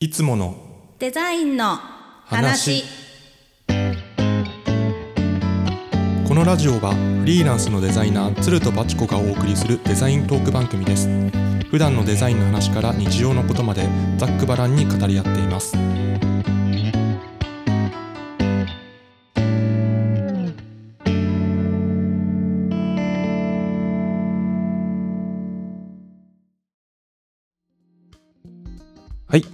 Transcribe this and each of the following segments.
いつものデザインの話話このラジオはフリーランスのデザイナー鶴とバチコがお送りするデザイントーク番組です普段のデザインの話から日常のことまでざっくばらんに語り合っていますはい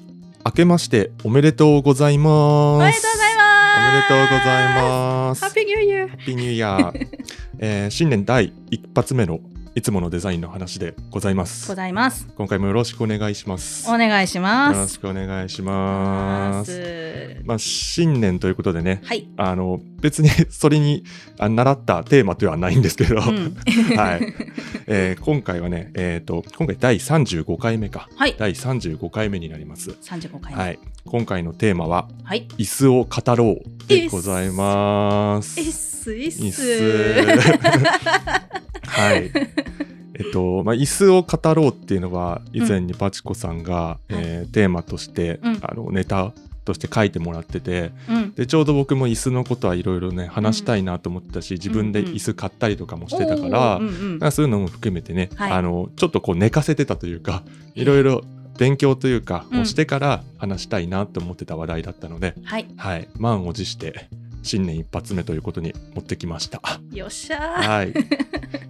明けましておめでとうございますおめでとうございますおめでとうございますハッピーニューイヤーハッピーニューイヤー、 えー新年第一発目のいつものデザインの話でございまごす。ざいます今回もよろしくお願いします。およ願いしまろすしくお願いします。すまあ、新年ということでね、はい、あの別に それにあ習ったテーマではないんですけど、うん、 はい、えー今回はね、えっ、と今回第35回目か、 はい第35回目になります。 35回目はい、今回のテーマははい椅子を語ろうでございます。いっすいっ椅す子はいえっとまあ、椅子を語ろうっていうのは以前にバチコさんが、うんえーテーマとして、うんあのネタとして書いてもらっててうんでちょうど僕も椅子のことはいろいろね話したいなと思ってたし、自分で椅子買ったりとかもしてたから,、おーうんうんなんかそういうのも含めてね、はいあのちょっとこう寝かせてたというかいろいろ勉強というか、うんをしてから話したいなと思ってた話題だったので、はいはい、満を持して新年一発目ということに持ってきました。よっしゃはい、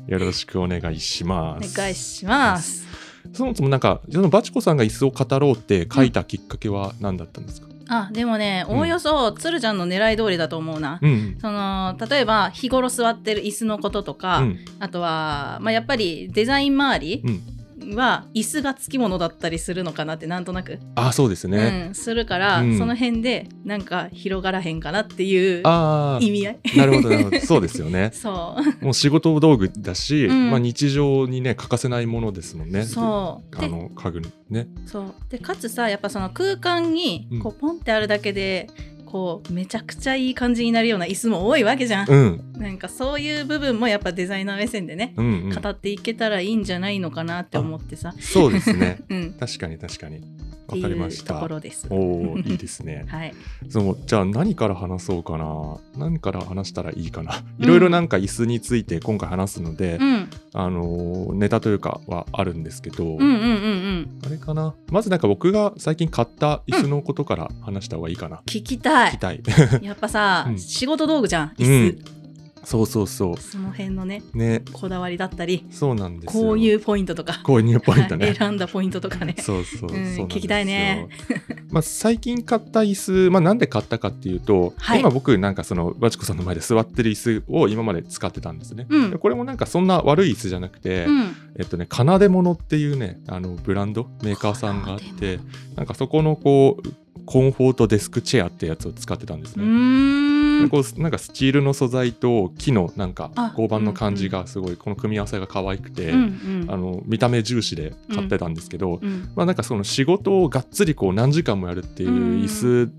よろしくお願いしまーす。お願いしますそもそもなんかそのバチコさんが椅子を語ろうって書いたきっかけは何だったんですか。あでもねうんおおよそ鶴ちゃんの狙い通りだと思うな、うん、その例えば日頃座ってる椅子のこととうか、ん、あとは、まあ、やっぱりデザイン周りは椅子がつきものだったりするのかなってなんとなく、あ、そうですね。うん、するから、うんその辺でなんか広がらへんかなっていうあ 意味合い。あ、なるほど、なるほ ど、そうですよね。そうもう仕事道具だし、うんまあ日常にね欠かせないものですも んね。そうあでの家具ね。そうでかつさやっぱその空間にうんこうポンってあるだけで、こうめちゃくちゃいい感じになるような椅子も多いわけじゃん、うん、なんかそういう部分もやっぱデザイナー目線でね、うん、うん。語っていけたらいいんじゃないのかなって思ってさ、そうですね。うん、っ確かに確かに。てわかりまいしうとたこ。ろです。おお、いいですね。はい、そのじゃあ何から話そうかな何から話したらいいかないろいろなんか椅子について今回話すので、うん、あのーネタというかはあるんですけど、うんうんうんうんあれかなまずなんか僕が最近買った椅子のことから話した方がいいかな、聞きた聞きいたいやっぱさ、うん仕事道具じゃん椅子、そうそうそその辺のねうねこだわりだったりそうなんですよこういううポイントとか購入ポイントね 選んだポイントとかねそうそう、うそんうなんですよ聞きたいね。 まあ最近買った椅子、まあなんで買ったかっていうと、はい今僕なんかそのバチコさんの前で座ってる椅子を今まで使ってたんですね。うんでこれもなんかそんな悪い椅子じゃなくて、うんえっとね奏で物っていうねあのブランドメーカーさんがあって、なんかそこのこうコンフォートデスクチェアってやつを使ってたんですうね。ーでんこうなんかスチールの素材と木のなんかあ合板の感じがすごいこの組み合わせが可愛くて、うんうんあの見た目重視で買ってたんですけど、うんまあ、なんかその仕事をがっつりこう何時間もやるっていううん椅子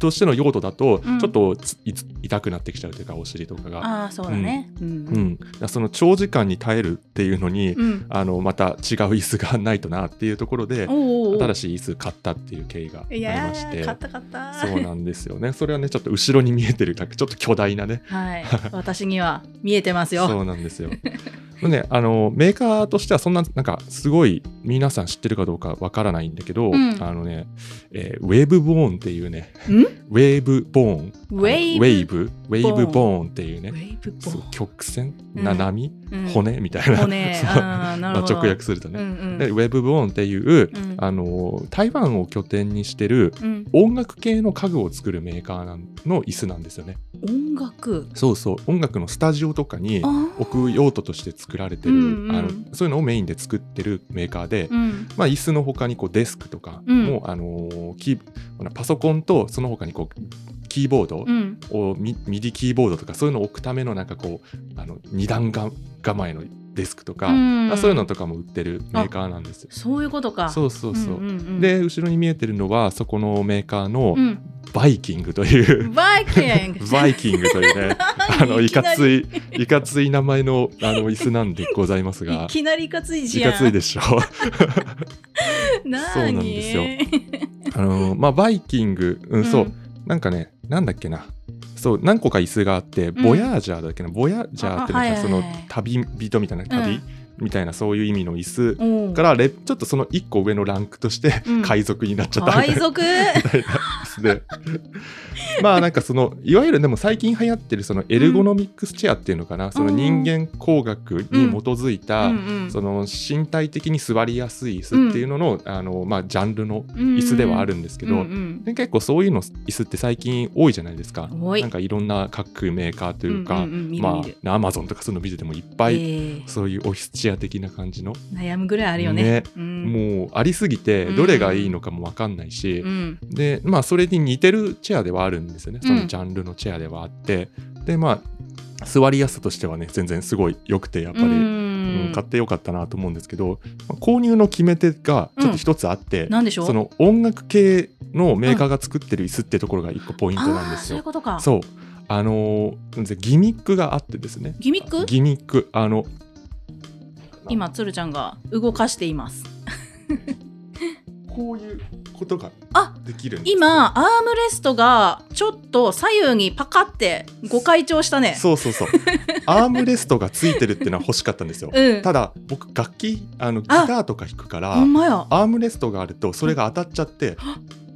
としての用途だとうんちょっとつい痛くなってきちゃうというかお尻とかが、ああそうだねうんうんだからその長時間に耐えるっていうのに、うんあのまた違う椅子がないとなっていうところでおーおー新しい椅子買ったっていう経緯があいりやましーて買った買ったそうなんですよねそれはねちょっと後ろに見えてるなんかちょっと巨大なねはい私には見えてまそすようなんですよ。ね、あのメーカーとしてはそんななんかすごい皆さん知ってるかどうかわからないんだけど、うんあのね、えーウェーブボーンっていうねんウェーブボーンウあェのーウブェーブウェーブボーンっていうウねェイブボそう曲線うん斜み、ーン骨みたいな骨 そうあーなるまほあど直訳するとうんね、うでんウェーブボーンっていう、うんあの台湾を拠点にしてるうん音楽系の家具を作るメーカーなんの椅子なんですよね。音楽そうそう音楽のスタジオとかに置く用途として作られてる、うんうんあのそういうのをメインで作ってるメーカーで、うんまあ、椅子の他にこうデスクとかうんも、うあのーキーほらパソコンとその他にこうキーボードうんを、ミミディキーボードとかそういうのを置くためのなんかこうあの二段が構えのデスクとか、うんまあそういうのとかも売ってるメーカーなんですよ。そういうことかそうそうそう、んんんで後ろに見えてるのはそこのメーカーのうんバイキングという、バイキング バ イキングというねあのいかついいいかつい名前のあの椅子なんでございます いが。きなりいかついい じゃんかついでしょなにそうなんですよあのまあバイキング、うん、そう、んなんかねなんだっけなそう何個か椅子があって、んボヤージャーだっけなボヤージャーってああはないんかはいそのはい旅人みたいな旅、うんみたいなそういう意味の椅子おうからレちょっとその1個上のランクとして、うん海賊になっちゃったみた海いな 賊です ねまあなんかそのいわゆるでも最近流行ってるそのエルゴノミックスチェアっていうのかな、その人間工学に基づいた、うんうんその身体的に座りやすい椅子っていうのの,、あのまあ、ジャンルの椅子ではあるんですけど、うんうんで結構そういうの椅子って最近多いじゃないですか。多いなんかいろんな各メーカーというか、んんん見るま見るあアマゾンとかそういうの見ててもいっぱい、ええそういうオフィスチェア的な感じの、悩むぐらいあるよねねうんもうありすぎてうんどれがいいのかもわかんないし、うんでまあそれに似てるチェアではあるんですよねうんそのジャンルのチェアではあって、でまあ座りやすさとしてはね全然すごい良くてやっぱり、うん買ってよかったなと思うんですけど、まあ購入の決め手がちょっと一つあって、なんでしょうその音楽系のメーカーが作ってる椅子ってところが一個ポイントなんであーすそういうよ。ことかそうあのーギミックがあってですねギミックギミックあの今つるちゃんが動かしていますこういうことがあできるんですよ今アームレストがちょっと左右にパカってご開帳したねそう そうそうアームレストがついてるっていうのは欲しかったんですよ、うんただ僕楽器あのギターとか弾くからほんまやアームレストがあるとそれが当たっちゃって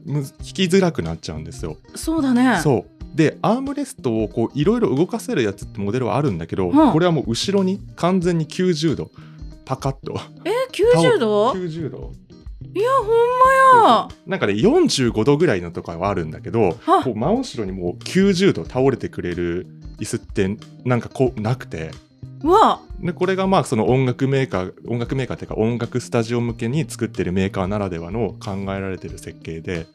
む弾きづらくなっちゃうんですよそうだねうそうでアームレストをこういろいろ動かせるやつってモデルはあるんだけど、うんこれはもう後ろに完全に90度パカッとえ90度90度いやほんまやなんかね45度ぐらいのとかはあるんだけどあこう真後ろにもう90度倒れてくれる椅子ってなんかこうなくてうわでこれがまあその音楽メーカー音楽メーカーっていうか音楽スタジオ向けに作ってるメーカーならではの考えられてる設計で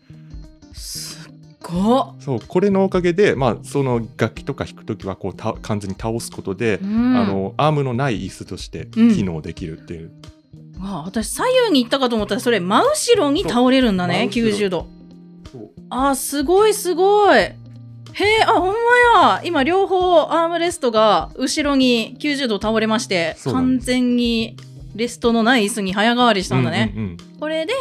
すっごそうこれのおかげで、まあ、その楽器とか弾くときはこうた完全に倒すことで、うんあのアームのない椅子としてうん機能できるっていう、うわ私左右に行ったかと思ったらそれ真後ろに倒れるんだねそう真後ろ90度そうあーすごいすごいへえあほんまや今両方アームレストが後ろに90度倒れましてそうなん完です全にレストのない椅子に早変わりしたんだね、うんうんうんこれで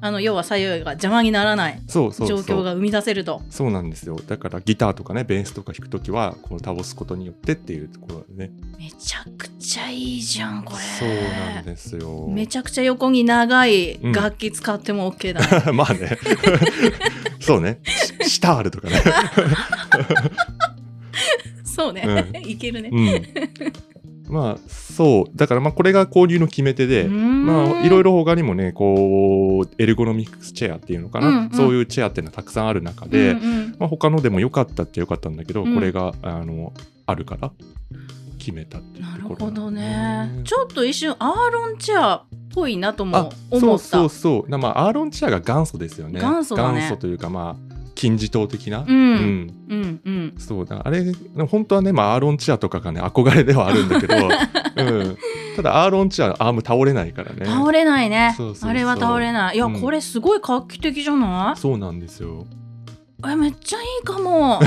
あの要は左右が邪魔にならないそうそう状そう況が生み出せるとそうなんですよだからギターとかねベースとか弾くときはこの倒すことによってっていうところでねめちゃくちゃいいじゃんこれそうなんですよめちゃくちゃ横に長いうん楽器使っても OK だ ね、まあねそう ねシシタールとかね、そうね、いけるね、うん、まあそうだからまあこれが交流の決め手で、まあ、いろいろろ他にもねこうエルゴノミックスチェアっていうのかな、うんうんそういうチェアっていうのはたくさんある中で、うんうんまあ、他のでも良かったって良かったんだけど、うんこれがあのあるから決めたっていうなるとこほろどなんだねちょっと一瞬アーロンチェアっぽいなともあ思そっうたそうそうなまあアーロンチェアが元祖ですよね元祖だね元祖というかまあ金字塔的な、うんうんうんうんそうだあれ本当はね、まあ、アーロンチェアとかがね憧れではあるん だけど、うん、ただアーロンチェアアーム倒れないからね倒れないねそうそうそうあれは倒れないいや、うんこれすごい画期的じゃなそうなんですよいえめっちゃいい かも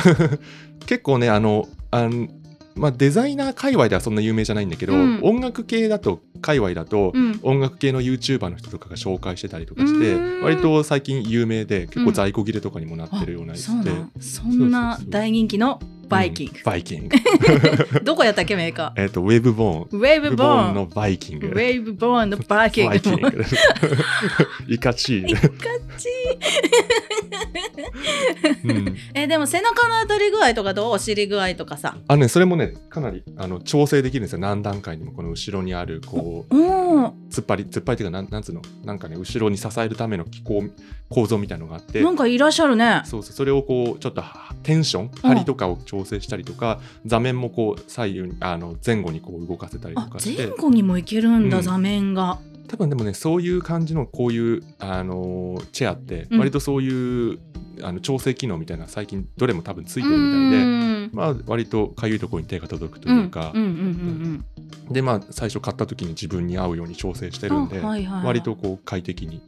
結構ねあのあんまあ、デザイナー界隈ではそんな有名じゃないんだけど、うん音楽系だと界隈だと、うん音楽系の YouTuber の人とかが紹介してたりとかしてうん割と最近有名で結構在庫切れとかにもなってるようなあやつそうで、なんそんな大人気のバイキングうん、バイキングどこやったっけメーカー えっとウェブボーンウェーブボーンのバイキングウェーブボーンのバイキングバイキングイカチー、うん、 えでも背中の当たり具合とかどうお尻具合とかさあのねそれもねかなりあの調整できるんですよ何段階にもこの後ろにあるこううん突っ張り突っ張りっていうかなんなんつうのなんかね後ろに支えるための機構構造みたいのがあってなんかいらっしゃるねそうそうそれをこうちょっとはテンション張りとかを調整したりとか、座面もこう左右にあの前後にこう動かせたりとあかし前て後にもいけるんだ、うん座面が多分でもねそういう感じのこういうあのーチェアってうん割とそういう、あの調整機能みたいな最近どれも多分つついてるみたいで。みまあ、割とかゆいところに手が届くというか、んうんうんでまあ最初買った時に自分に合うように調整してうんるんで、あはいはいはい割とこう快適に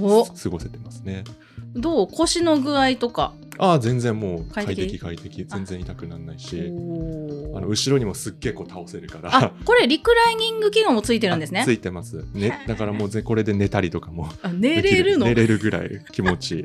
お過ごせてますね。どう腰の具合とかああ全然もう快快適適快適全然痛くならないしおーあの後ろにもすっげえこう倒せるからあこれリクライニング機能もついてるんですねついてます、 ね、だからもうぜこれで寝たりとかもあ寝れるのでき寝れるぐらい気持ちいい、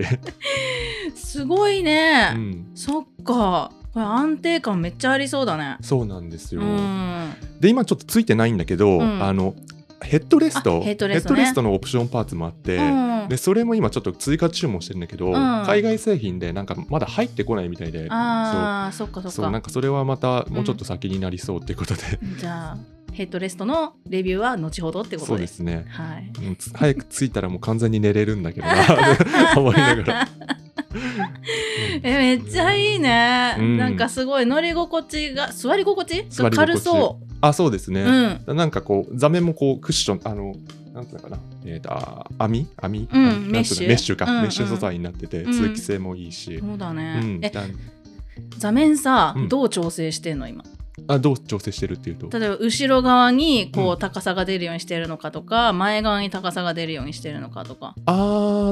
すごいね、うん、そっかこれ安定感めっちゃありそうだねそうなんですうよ、んで今ちょっとついてないんだけど、うんあのヘッドレストあヘッドレストねのオプションパーツもあって、うんでそれも今ちょっと追加注文してるんだけど、ん海外製品でなんかまだ入ってこないみたいであーそっかそそうっそうかなんかそれはまたもうちょっと先になりそうっていうことで、じゃあヘッドレストのレビューは後ほどってこそとうでですすねはいうんつ早く着いたらもう完全に寝れるんだけどな と思いながら、えめっちゃいいね、うんなんかすごい乗り心地が座り心地座り心地軽そあそうですね、う、うんなんかこう座面もこうクッションあのなんていうのかなえっ、とあ網網、うんなんていのメッシュメッシュか、うんうんメッシュ素材になっててうん通気性もいいし、そうだうね、んえだ座面さ、うんどう調整してんの今あどう調整してるっていうと例えば後ろ側にこうう高さが出るようにしてるのかとか、前側に高さが出るようにしてるのかとかあ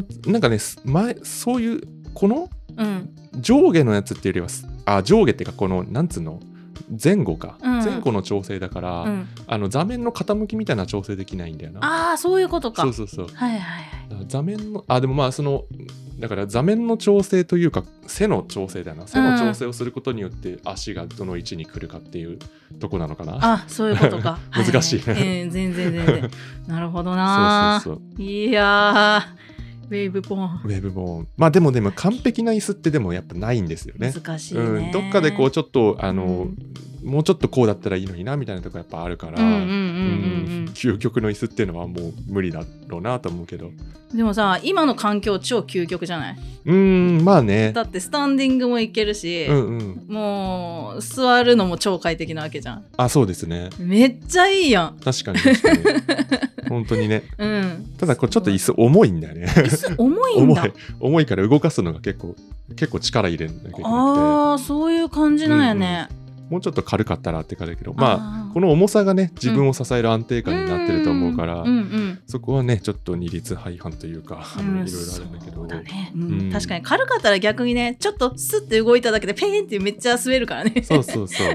ーなんかねす前そういうこのうん上下のやつっていうよりはすあ上下っていうかこのなんつうの前後か、うん前後の調整だから、うんあの座面の傾きみたいな調整できないんだよなああそういうことかそうそうそうはいはいはいあ座面のあでもまあそのだから座面の調整というか背の調整だよな背の調整をすることによって足がどの位置に来るかっていうとこなのかな、あそういうことかはいはい 難しいねえー全然 全然なるほどなそうそうそういやーウェーブポーンウェブもまあでもでも完璧な椅子ってでもやっぱないんですよね難しいね、うん、どっかでこうちょっとあうの、んもうちょっとこうだったらいいのになみたいなとこやっぱあるから、うんうんうんうん究極の椅子っていうのはもう無理だろうなと思うけどうんでもさ今の環境超究極じゃないうんまあねだってスタンディングもいけるし、うんうんもう座るのも超快適なわけじゃんあそうですねめっちゃいいやん確かに確かに 本当にねうんただこれちょっと椅子重いんだよね椅子重 いん重だい重いから動かすのが結構結構力入れなきゃいけなあーそういう感じなんやね、くてもうちょっと軽かったらって感じだけどまああーこの重さがね自分を支える安定感になってると思うから、うんうんそこはねちょっと二律背反というか、あうのんいろいろあるんだけそどうだね、うんうん確かに軽かったら逆にねちょっとスッて動いただけでペーンってめっちゃ滑るからねそうそうそう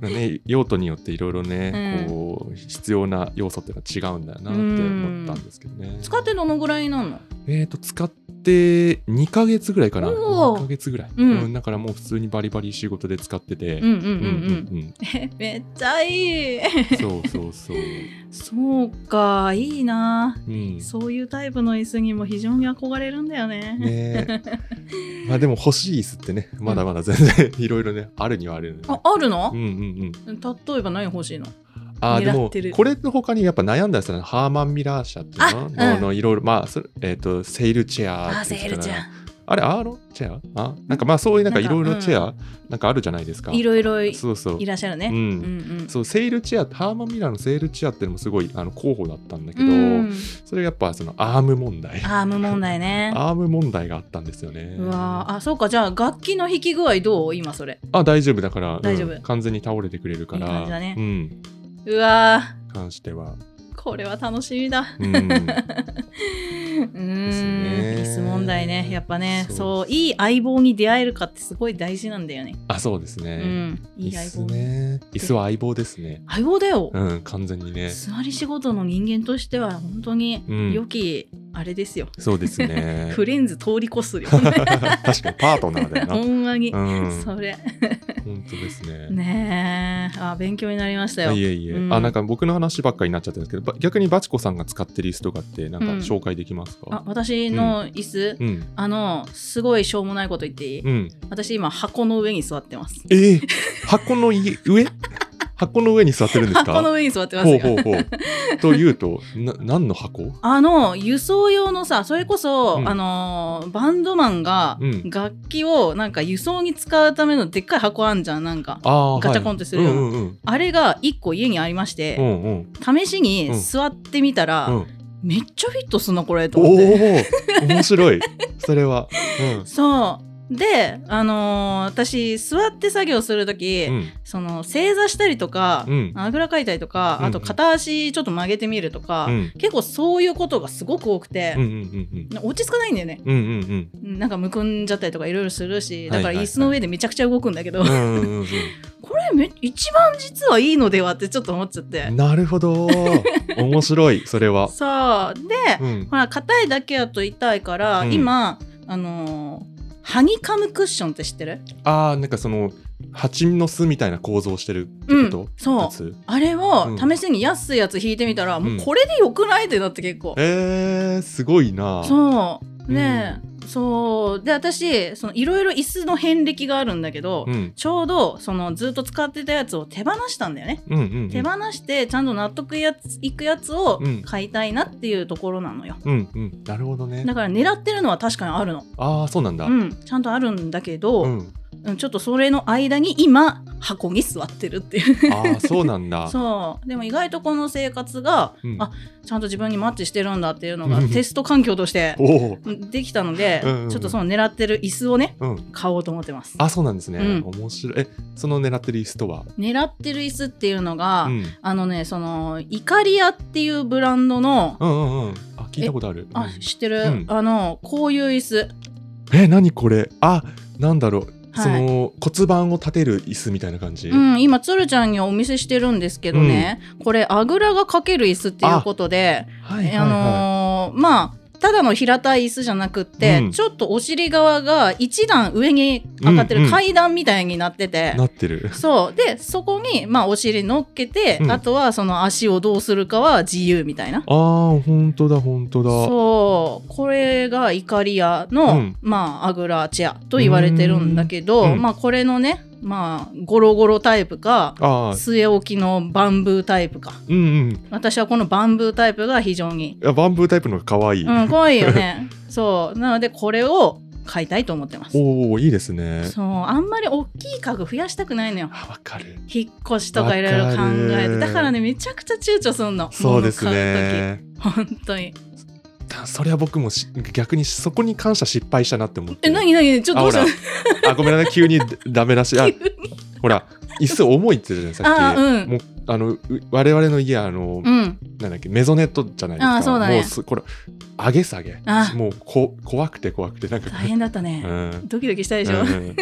だね用途によっていろいろね、うんこう必要な要素っていうのは違うんだよなって思ったんですけどね、 使ってどのぐらいなのえー、と使って2ヶ月ぐらいかなおー2ヶ月ぐらい、うんだからもう普通にバリバリ仕事で使ってて、うんうんううんう、んんうんうんえめっちゃい いそうそう そう、そうかいいなうん、そういうタイプの椅子にも非常に憧れるんだよねね えまあでも欲しい椅子ってねまだまだ全 然いろいろねあるにはあるよねああるのうんうんうん、例えば何欲しいのあーで狙もってるこれの他にやっぱ悩んだりしたのはハーマン・ミラー社っていうのあの,、うんのいろいろまあそれえっ、とセールチェアあってセいうールちゃあれアーロンチェアあなんかまあそういうなんかいろいなんろかチェアなんかあるじゃないですかんいろいろいそうそういらっしゃるねうんうんうんそうセールチェアハーマン・ミラーのセールチェアっていうのもすごいあの候補だったんだけど、うんそれがやっぱそのアーム問題アーム問題ねアーム問題があったんですよねうわーあそうかじゃあ楽器の弾き具合どう今それあ大丈夫だからうん大丈夫完全に倒れてくれるからいい感じだねうんうわ関してはーこれは楽しみだうん うでーん椅すね子問題ねやっぱねそうそういい相棒に出会えるかってすごい大事なんだよねあそうですね、うんいい椅相子棒ね椅子は相棒ですね相棒だよ、うん完全にね座り仕事の人間としては本当にうん良きあれですよ、そうです ねフレンズ通り越す よ 確かにパートナーだよなほんまに、うんそれ本当ですねねえあ勉強になりましたよ、あいえいえ、うんあなんか僕の話ばっかりになっちゃったんですけどば逆にバチコさんが使ってる椅子とかってなんかうん紹介できますあか、私の椅子、うんあのすごいしょうもないこと言っていい、うん、私今箱の上に座ってますえー箱のい上箱の上に座ってるんですか 箱の上に座ってますほようほうほう。というと、な何の箱あの輸送用のさそれこそ、うんあのーバンドマンがうん楽器をなんか輸送に使うためのでっかい箱あんじゃんなんかああガチャコンってするようなうんうんあれが1個家にありまして、うん。うんうん試しに座ってみたら、うん、めっちゃフィットすんなこれとおお思ってー面白いそれは、うん、そうで、あのー私座って作業する時、うんその正座したりとか、うんあぐらかいたりとか、うんあと片足ちょっと曲げてみるとか、うん結構そういうことがすごく多くてうんう、ん落ち着かないんだよねうんうんうんなんかむくんじゃったりとかいろいろするしだかはいらはい椅子の上でめちゃくちゃ動くんだけど、うんうんうんうんこれめ一番実はいいのではってちょっと思っちゃってう、んなるほど面白いそれはそうで、うんほら硬いだけやと痛いから、うん今あのーハニカムクッションって知ってるああなんかその蜂の巣みたいな構造をしてるってことそうやつあれうをん試しに安いやつ引いてみたら、んもうこれでよくないってなって結構、えーすごいなそうね、そうで私そのいろいろ椅子の遍歴があるんだけど、うんちょうどそのずっと使ってたやつを手放したんだよね、うんうんうん手放してちゃんと納得いやついくやつをうん買いたいなっていうところなのよ、うんうんなるほどねだから狙ってるのは確かにあるの、ああそうなんだうん、ちゃんとあるんだけど、うんうんちょっとそれの間に今箱に座ってるっていうああそうなんだ そうでも意外とこの生活が、うんあちゃんと自分にマッチしてるんだっていう のがうんテスト環境としておおできたので、うんうんうんちょっとその狙ってる椅子をねうん買おうと思ってますあそうなんですね、うん面白いえその狙ってる椅子とは狙ってる椅子っていうのが、うんあのねそのイカリアっていうブランドの、うんうんうんあ聞いたことあるうあん知ってる、うんあのこういう椅子え何これあなんだろう、はいその骨盤を立てる椅子みたいな感じ、うん、今鶴ちゃんにお見せしてるんですけどね、これあぐらがかける椅子っていうことではあ、いはいはい、のーまあただの平たい椅子じゃなくって、うんちょっとお尻側が一段上に上がってうんうるん階段みたいになってて、なってるそうでそこに、まあ、お尻乗っけて、うんあとはその足をどうするかは自由みたいなあー本当だ本当だそうこれがイカリアの、うんまあアグラチェアと言われてるんだけど、うんうんまあこれのねまあゴロゴロタイプかあー据え置きのバンブータイプかうんうん私はこのバンブータイプが非常にあバンブータイプのが可愛い、うん怖いよね そうなのでこれを買いたいと思ってますおおいいですねそうあんまり大きい家具増やしたくないのよあわかる引っ越しとかいろいろ考わかえてるだからねめちゃくちゃ躊躇すんのそうです物ね買う時本当にたそれは僕もし逆にそこに関しては失敗したなって思ってえる何何ちょっとあどうほしたらのあごめんなさい急にダメ出し あほら椅子重いって言ってたじゃないさっきあーうんもうあのう我々の家あの、うんなんだっけメゾネットじゃないですかあーそうだねもうすこれ上げ下げあもうこ怖くて怖くてなんか大変だったね、うんドキドキしたでしょ、うん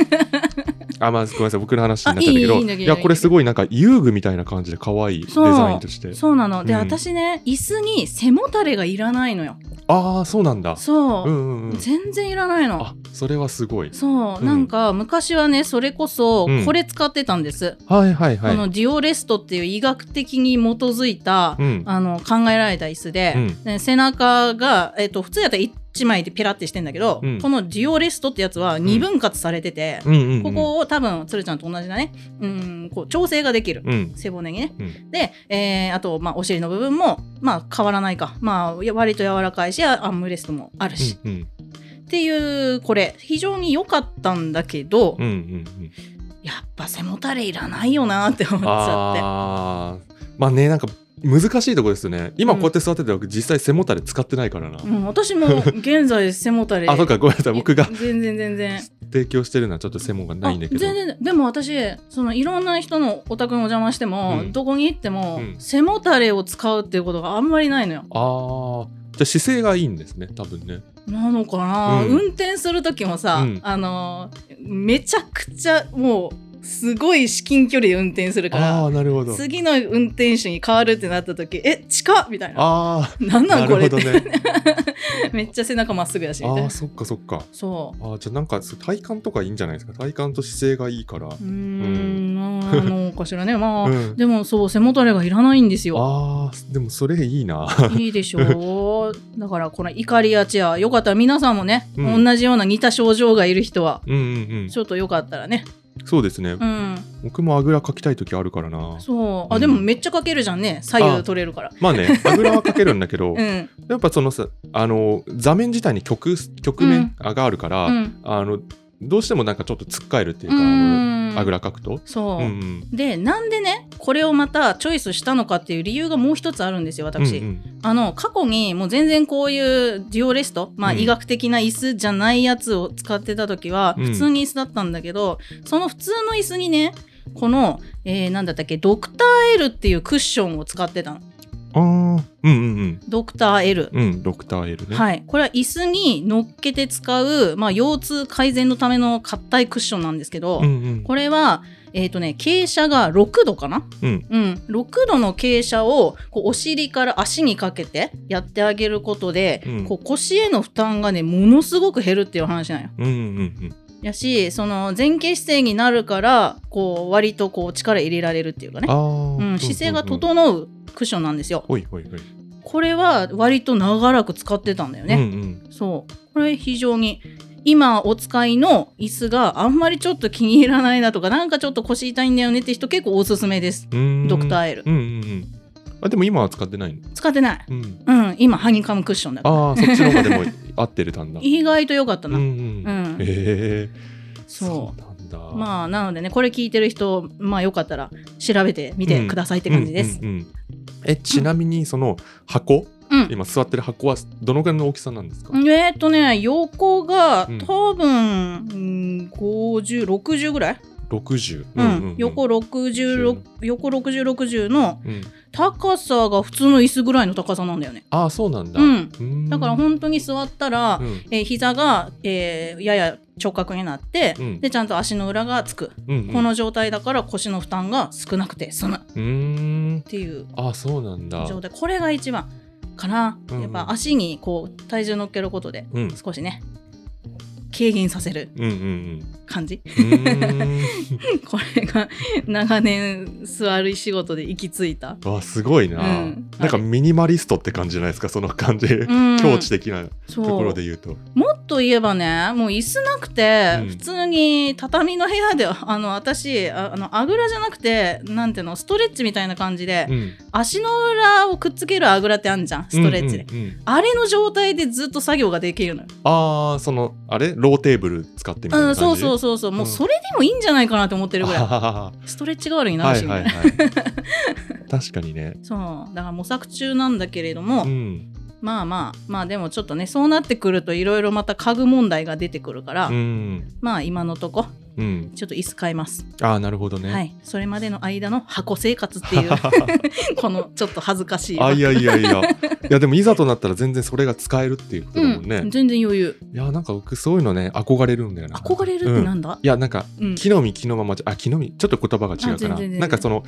あまあ、ごめんなさい僕の話になっちゃったけあどいいいいいいいいいやこれすごいなんか遊具みたいな感じで可愛いデそうザインとしてそうなので、うん私ね椅子に背もたれがいらないのよああそうなんだそうう、んうんうん全然いらないのあそれはすごいそう、うんなんか昔はねそれこそうんこれ使ってたんです、はいはいはこいのデュオレストっていう医学的に基づいた、うんあの考えられた椅子で、うんで背中が、えっと普通やったら1枚でペラってしてんだけど、うんこのデュオレストってやつは2分割されてて、うんうんうんここを多分鶴ちゃんと同じだねうんこう調整ができる、うん背骨にね、うんで、えーあと、まあ、お尻の部分も、まあ、変わらないか、まあ、や割と柔らかいしあアームレストもあるし、うんうんっていうこれ非常に良かったんだけど、うんうんやっぱ背もたれいらないよなって思っうんちゃっああまあねなんか難しいとこですよね今こうやって座ってて僕実際背もたれ使ってないからなて、うん、私も現在背もた れあそうかごめんなさい僕が全然全然提供してるのはちょっと専門がないんだけどあ全然でも私そのいろんな人のお宅にお邪魔しても、うんどこに行っても、うん背もたれを使うっていうことがあんまりないのよああじゃあ姿勢がいいんですね多分ねなのかな、うん運転する時もさ、うんあのめちゃくちゃもうすごい至近距離で運転するかああらーなるほど次の運転手に変わるってなった時え近っみたいなあなんあななんこるれほっどて、ね めっちゃ背中まっすぐだしみあたいあなーそっかそっかそあーじゃあなんかそう体幹とかいいんじゃないですか体幹と姿勢がいいからううーんまああのかしらねまあ、うんでもそう背もたれがいらないんですよあーでもそれいいないいでしょう だからこのイカリアチェアよかったら皆さんもね、うん同じような似た症状がいる人はうんうんちょっとよかったらねうんそうですね、うん僕もあぐらかきたい時あるからなそうあ、うんでもめっちゃかけるじゃんね左あ右取れるからまあねあぐらはかけるんだけ ど、うんやっぱそのさあの座面自体に曲曲面があるから、うんあのどうしてもなんかちょっとつっかえるっていううか、あのんあぐらかくとそう、うんでなんでねこれをまたチョイスしたのかっていう理由がもう一つあるんですよ私、うんうんあの過去にもう全然こういうデュオレスト、まあ、うん医学的な椅子じゃないやつを使ってた時はうん普通に椅子だったんだけど、その普通の椅子にねこの、えー、なんだったっけドクター L っていうクッションを使ってたのあーうんうんドクター L、うんうんドクター L ね、い、はいこれは椅子に乗っけて使う、まあ、腰痛改善のための硬いクッションなんですけど、うんうんこれはえっ、とね傾斜が6度かなうんうん、6度の傾斜をこうお尻から足にかけてやってあげることで、うんこう腰への負担がねものすごく減るっていう話なんよ。うんうんやしその前傾姿勢になるからこう割とこう力入れられるっていうかうんね、あうーん、姿勢が整うクッションなんですよ。ほいほいほいこれは割と長らく使ってたんだようんね。うんそうこれ非常に今お使いの椅子があんまりちょっと気に入らないなとかなんかちょっと腰痛いんだよねって人結構おすすめです、うーんドクター L うんうんうんあでも今は使ってないの使ってないうんうん、今ハニカムクッションだからああそっちの方でも合ってるたんだ意外と良かったうな、んうんうんへえそそうなんだうまあなのでねこれ聞いてる人まあよかったら調べてみてくださいって感じです、うんうんうんえちなみにその箱、うん今座ってる箱はどのぐらいの大きさなんですか、えーっとね横がうん多分、うん、5060ぐらい、 60、うん横60横6060のうん高さが普通の椅子ぐらいの高さなんだよねああそうなんだ、うんうんだから本当に座ったら、うんえー膝が、えーやや直角になって、うんでちゃんと足の裏がつく、うんうんこの状態だから腰の負担が少なくて済むっうーんていうああそうなんだ状態これが一番かな、うんやっぱ足にこう体重乗っけることでうん少しね軽減させるうんうんうん感じ うーんこれが長年座る仕事で行き着いた、わあすごいな、うんなんかミニマリストって感じじゃないですかその感じ、うん 境地的なとそころうで言うともっと言えばねもう椅子なくて、うん普通に畳の部屋で あの私ああのあぐらじゃなくてなんていうのストレッチみたいな感じで、うん足の裏をくっつけるあぐらってあるじゃんストレッチで、うんうんうんあれの状態でずっと作業ができるのよああそのあれローテーブル使ってみたいうん、な感じ、そうそうそうそう、もううんそれでもいいんじゃないかなと思ってるぐらいあストレッチ代わりにーなはるしいみたはいいな、 はい確かにねそうだから模索中なんだけれども、うんまあまあまあでもちょっとねそうなってくるといろいろまた家具問題が出てくるから、うんまあ今のとこうんちょっと椅子買います、ああなるほどね、はいそれまでの間の箱生活っ ていう このちょっと恥ずかしいあいやいやいやいやでもいざとなったら全然それが使えるっていうことだもんね、うん、い全然余裕やなんか僕そういうのね憧れるんだよな憧れるってなうんんだ、いやなんかうん木の実木のままじゃあ木の実ちょっと言葉が違うかあ全然な全然なんかその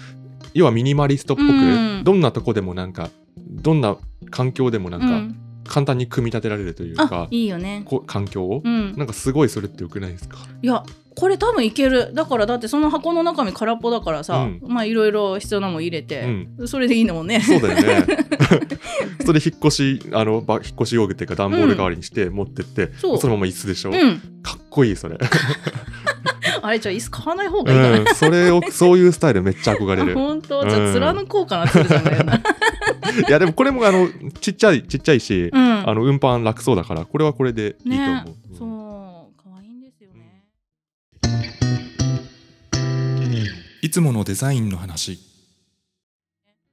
要はミニマリストっぽく、うんどんなとこでもなんかどんな環境でもなんうかん簡単に組み立てられるというあか、いいよねこう環境を、うんなんかすごいそれってよくないですかいやこれ多分いけるだからだってその箱の中身空っぽだからさ、うんまあいろいろ必要なもん入れて、それでいいんだもんねそうだよね それ引っ越しあのば引っ越し用具っていうか段ボール代わりにして持ってって、そうそのまま椅子でしょ、うんかっこいいそれあれじゃあ椅子買わない方がいいかな、うん、それ をそういうスタイルめっちゃ憧れある本当じゃあ貫こうかな鶴ちゃんが言 うな、いやでもこれもあのちっちゃいちっちゃいし、うん、あの運搬楽そうだからこれはこれでいいと思ねう、うんそう可愛いんですよねいつものデザインの話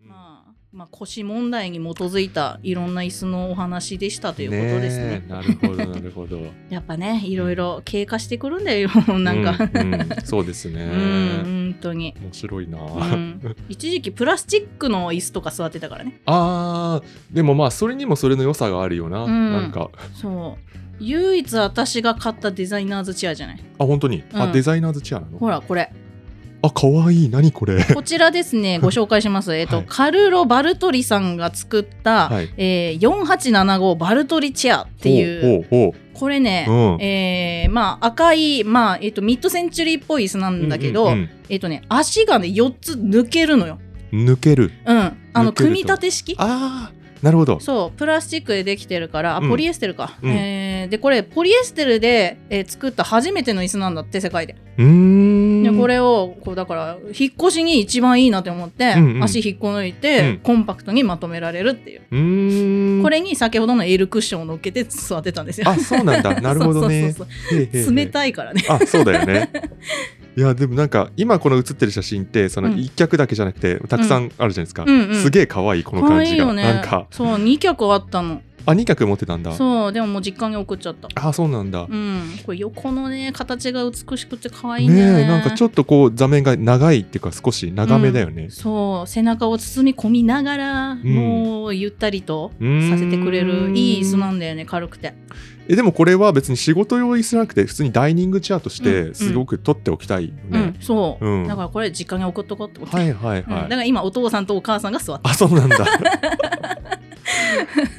まあまあ腰問題に基づいたいろんな椅子のお話でしたということですねえなるほどなるほどやっぱねいろいろ経過してくるんだよ なんか、うんうんそうですねうん、本当に、面白いな、うん一時期プラスチックの椅子とか座ってたか らねあーでもまあそれにもそれの良さがあるよな、うんなんかそう唯一私が買ったデザイナーズチェアじゃないあ本当に、うあんデザイナーズチェアなのほら これあ可愛い何これこちらですねご紹介しますえっと、はいカルロ・バルトリさんが作った、はいえー、4875バルトリチェアっていうほうほうこれね、ほう、うんえーまあ赤い、まあえっとミッドセンチュリーっぽい椅子なんだけど、うんうんえっとね足がね4つ抜けるのよ。うん抜けるうん、あ抜けるのと組み立て式あーなるほどそうプラスチックでできてるからあうんポリエステルか、うんえーでこれポリエステルで、えー作った初めての椅子なんだって世界で,、うーんでこれをこうだから引っ越しに一番いいなと思って、うんうん足引っこ抜いて、うんコンパクトにまとめられるっていう、うーんこれに先ほどのエールクッションを乗っけて座ってたんですよ あそうなんだなるほどねそうそうそうへーへーへそうー 冷たいからねあそうだよねいやでもなんか今この写ってる写真ってそのうん一脚だけじゃなくてたくさんあるじゃないですか、うんうんすげえ可愛いこの可感愛じいがよねなんかそう2脚あったのあ二脚持ってたんだそうでももう実家に送っちゃったあそうなんだ、うんこれ横のね形が美しくて可愛いんだよねねえなんかちょっとこう座面が長いっていうか少し長めだよね、そう背中を包み込みながら、もうゆったりとうんさせてくれるいい椅子なんだよね軽くてえでもこれは別に仕事用意じゃなくて普通にダイニングチェアとしうんうてんすごく取っておきたいようねん、そう、うんだからこれ実家に送っとこうってこと、はいはいうんはい、だから今お父さんとお母さんが座ってあそう なんだ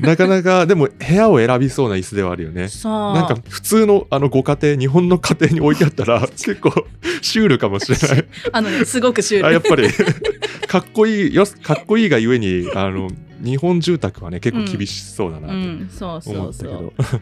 なかなかでも部屋を選びそうな椅子ではあるよねそうなんか普通のあのご家庭日本の家庭に置いてあった ら結構シュールかもしれないあのねすごくシュあーやルっぱり かっこいいよかっこいいがゆえにあの日本住宅はね結構厳しそうだなうとん、そうそ思うったけそど、うそう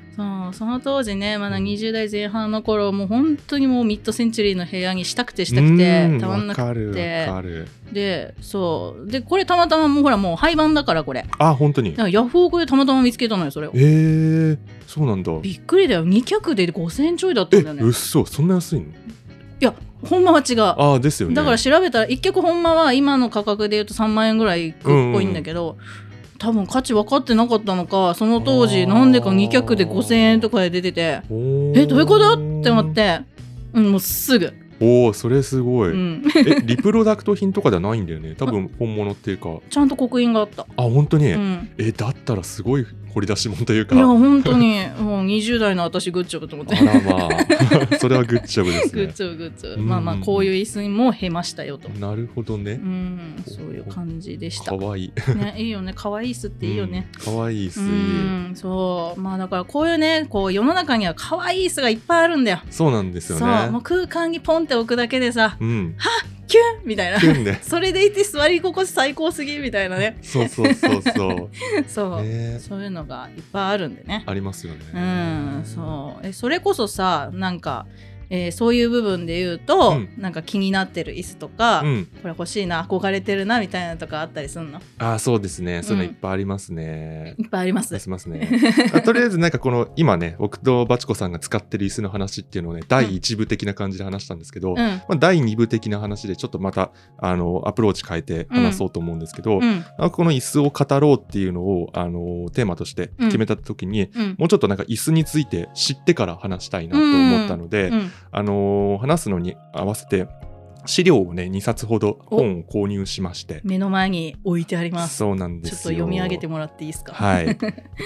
その当時ねまだ20代前半の頃もう本当にもうミッドセンチュリーの部屋にしたくてしたくうーてんたまんなくわかるてわかるでそうでこれたまたまもうほらもう廃盤だからこれだかあ本当にらヤフオクでたまたま見つけたのよそれをえー、そうなんだびっくりだよ2脚で5000円ちょいだったえんだよねうっそそんな安いのいやほんまは違うああですよねだから調べたら一脚ほんまは今の価格で言うと3万円ぐらいいくっぽいんだけど、多分価値分かってなかったのかその当あ時ーなんでか2脚で5,000円とかで出ててええどういうことって思って、うん、もうすぐ、おおそれすごい、うん、えリプロダクト品とかではないんだよ ね多分本物っていうかちゃんと刻印があった、あ本当に、うん、えだったらすごい掘り出し物といういやか本当に もう20代の私グッジョブと思ってあらまあ それはグッジョブです グッねジョブグッジョブうんまあまあこういう椅子にもへましたよと。なるほどねうん、そういう感じでしたか。わいいね、いいよね、可愛い椅子っていいよね。かわいいうすんそうまあだからこういうねこう世の中には可愛い椅子がいっぱいあるんだよ。そうなんですよそうもねう空間にポンって置くだけでさうんキュンみたいなキュンね それでいて座り心地最高すぎみたいなねそうそうそうそ そう う、ねそういうのがいっぱいあるんでね。ありますよねうんそうえそれこそさなんか、えーそういう部分で言うと、うんなんか気になってる椅子とか、うんこれ欲しいな憧れてるなみたいなのとかあったりするのあーそうですねそういうのいっぱいありますね、いっぱいあります出。せますね あとりあえずなんかこの今ね僕とバチコさんが使ってる椅子の話っていうのをね第1部的な感じで話したんですけど、うんまあ、第2部的な話でちょっとまたあのアプローチ変えて話そうと思うんですけど、うんあこの椅子を語ろうっていうのをあのテーマとして決めた時に、うんもうちょっとなんか椅子について知ってから話したいなと思ったので、うんあの話すのに合わせて資料をね2冊ほど本を購入しまして目の前に置いてあります。そうなんでちょっとすよ読み上げてももらっていいですか。はいえっ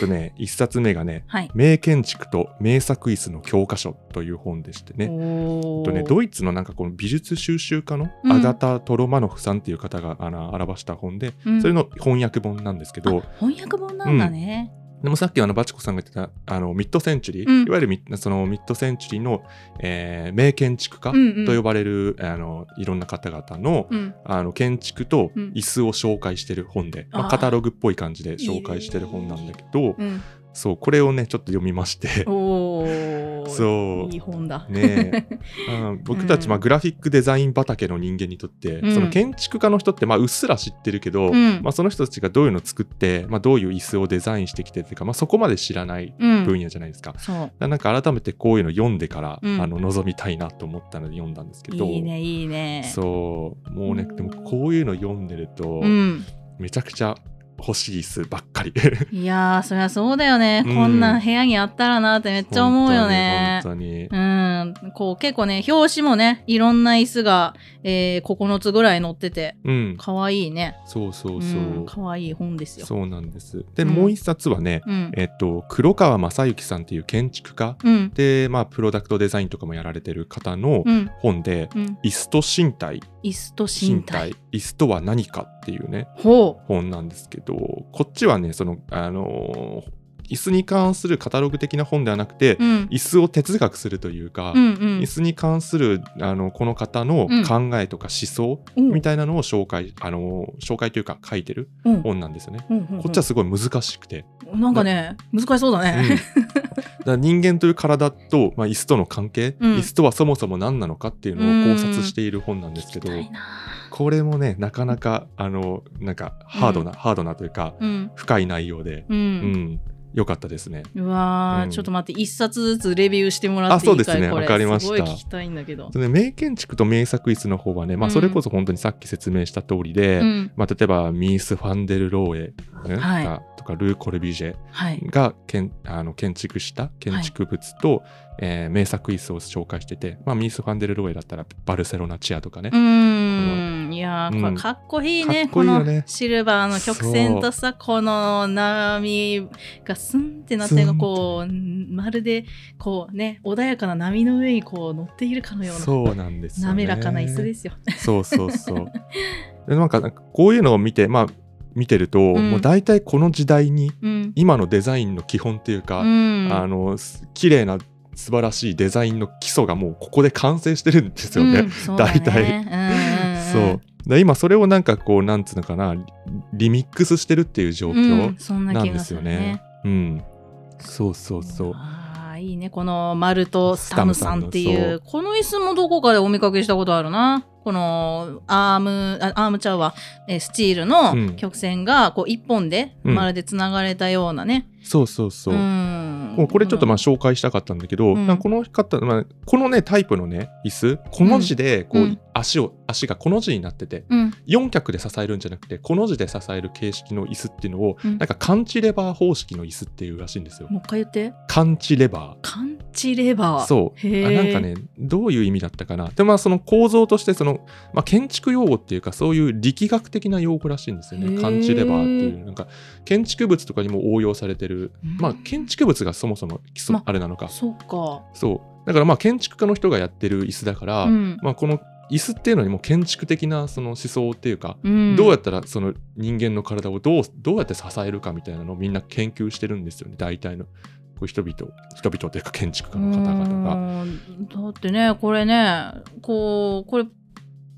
とね1冊目がねはい。名建築と名作椅子の教科書という本でしてね、おえっーとね、ドイツのなんかこの美術収集家のうんアガタ・トロマノフさんっていう方があの表した本で、うんそれの翻訳本なんですけど、翻訳本なんだね。でもさっきあのバチコさんが言ってたあのミッドセンチュリー、うんいわゆるミッそのミッドセンチュリーの、えー名建築家うんうんと呼ばれる、あのいろんな方々の,、うん。あの建築とうん椅子を紹介してる本で、まああ、ーカタログっぽい感じで紹介してる本なんだけど、うん。そうこれをねちょっと読みまして。おーそういい本だ。ねえうん僕たち、まあ、グラフィックデザイン畑の人間にとって、うんその建築家の人って、まあ、うっすら知ってるけど、うんまあ、その人たちがどういうのを作って、まあ、どういう椅子をデザインしてきてっていうか、まあ、そこまで知らないうん。分野じゃないですか。だかそう。らなんか改めてこういうの読んでから、うんあの望みたいなと思ったので読んだんですけどいいねいいね。そうもうねうんでもこういうの読んでると、うん。めちゃくちゃ欲しい椅子ばっかり。いやーそりゃそうだよね。うんこんなん部屋にあったらなってめっちゃ思うよね。本当に。本当にうん、こう結構ね表紙もねいろんな椅子が、えー、9つぐらい載っててうん、可愛いねそうそうそう。うん可愛い本ですよ。そうなんです。で、うんもう一冊はね、うんえっと、黒川正幸さんっていう建築家うんで、まあ、プロダクトデザインとかもやられてる方のうん本で、うん椅子と身体椅子と身体。椅子とは何かっていうねほ本なんですけどこっちはねその、あのー椅子に関するカタログ的な本ではなくて、う。うん。椅子を哲学するというか、うん椅子に関するあのこの方の考えとか思想うん。みたいなのを紹介、あのー紹介というか書いてるうんうん本なんですよね。うんうんこっちはすごい難しくて、なんかね難しそうだう ん、だね。から人間という体と、まあ、椅子との関係、うん椅子とはそもそも何なのかっていうのを考察している本なんですけど、ないなこれもねなかなかあのなんかハードな、ハードなというかうん深い内容で、ううんん良かったですね。うわー、うんちょっと待って、一冊ずつレビューしてもらっていあそいうですかいねこれわかりましたすごい聞きたいんだけど。それで名建築と名作室の方はね、まあ、うんそれこそ本当にさっき説明した通りで、うん、まあ、例えばミース・ファンデル・ローエ、うんはいがとかルー・コルビュジェはい。がけんあの建築した建築物と、えー名作椅子を紹介してて、まあ、ミース・ファンデル・ローエだったらバルセロナ・チアとかねう、ーん、いやー、こうんれかっこいいね、かっこいいよこねのシルバーの曲線とさ、この波がスンってなってるのがこう、まるでこうね、穏やかな波の上にこう乗っているかのような、そうなんですよ、ね、滑らかな椅子ですよ。そうそうそう。 でなんかなんかこういうのを見て、まあ、見てると、んもう大体この時代にうん。今のデザインの基本っていうか、うんあのす綺麗な素晴らしいデザインの基礎がもうここで完成してるんですよね。うんそうだね大体うんうんそううで今それをなんかこうなんつうのかなリリミックスしてるっていう状ん、う況ん、そんなな気んでがすすよるねね。。うん、そうそうそう。あーいいねこの丸とスタムさんってスタムいさんうこの椅子もどこかでお見かけしたことあるなこのアームあアームちゃうわ、えースチールうんの曲線がこう一本でうんまるでつながれたようなね、そうそうそう。んもうこれちょっとまあ紹介したかったんだけど、うんなんかこの方、まあ、このねタイプのね椅子この字でこう、うん足を足がこの字になっててうん4脚で支えるんじゃなくてこの字で支える形式の椅子っていうのを、うんなんかカンチレバー方式の椅子っていうらしいんですよ。もう一回言ってカンチレバカンチレバーーそうへあーなんかねどういう意味だったかなでまあその構造としてその、まあ、建築用語っていうかそういう力学的な用語らしいんですよへねーカンチレバーっていうなんか建築物とかにも応用されてる、うんまあ建築物がそもそも基礎、まあれなのかそうかそうだからまあ建築家の人がやってる椅子だから、うんまあ、この椅子っていうのにも建築的なその思想っていうか、うんどうやったらその人間の体をどうどうやって支えるかみたいなのをみんな研究してるんですよね大体のこう人々人々というか建築家の方々が。。うーんだってねこれねこうこ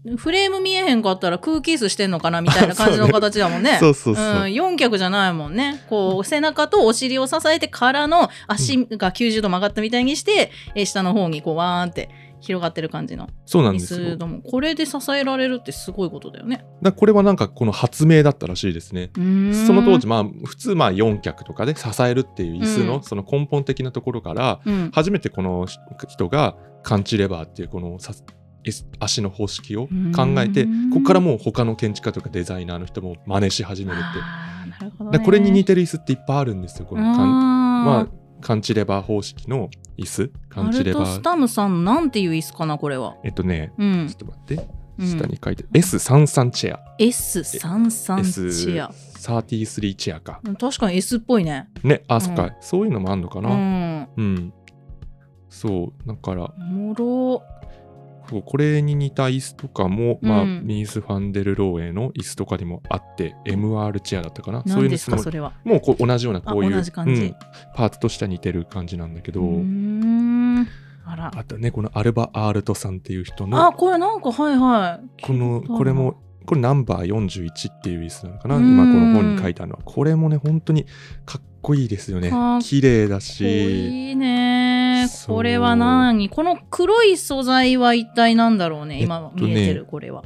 れフレーム見えへんかったら空気椅子してんのかなみたいな感じの形だもんね そうそうそう、うん、4脚じゃないもんねこう背中とお尻を支えてからの足が90度曲がったみたいにして、え下の方にこうワーンって広がってる感じのそうなんで椅すよ子だかだもんこれで支えられるってすごいことだよね。らこれはなんかこの発明だったらしいですね。うーんその当時まあ普通まあ4脚とかで支えるっていう椅子うのんその根本的なところから、うん初めてこの人がカンチレバーっていうこのさ足の方式を考えてうーんここからもう他の建築家とかデザイナーの人も真似し始めるってあーなるほどだからこれに似ててる椅子っていっぱいあるんですよこのカンままあカンチレバー方式の椅子カンマチルレトバスータムさんなんていう椅子かなこれは。えっとねうちょんっ、と待ってうん下に書いて S33 チェア S33 チェア S33 チェアか確かに S っぽいねねあそっかそういうのもあんのかうなんうんそうだからおもろそうこれに似た椅子とかも、まあ、うんミース・ファンデル・ローエの椅子とかにもあって、MR チェアだったかなそうい何うで椅す子かもそれはもうこう同じようなこういうあ同じ感じうんパーツとしては似てる感じなんだけど、うーんあらあとねこのアルバ・アールトさんっていう人あのこれなんかはいはいこのこれもこれナンバー41っていう椅子なのかなうん今この本に書いてあるのはこれもね本当にかっこいいですよねかっこいい綺麗だこれしいいねそうこれは何この黒い素材は一体何だろうねえっ今とね見えてるこれは、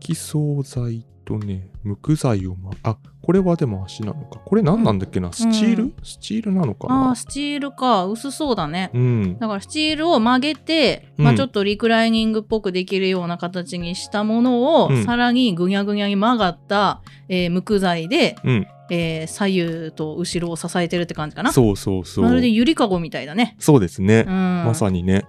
基礎材とね無垢材を、ま、あこれはでも足なのかこれ何なんだっけな、スチール、うんスチールなのかあなースチールか薄そうだねうんだからスチールを曲げて、うんまあ、ちょっとリクライニングっぽくできるような形にしたものを、うんさらにぐにゃぐにゃに曲がった、えー、無垢材で、うんえー左右と後ろを支えてるって感じかなそうそうそう、まるでゆりかごみたいだね、そうですねうん、、まさにね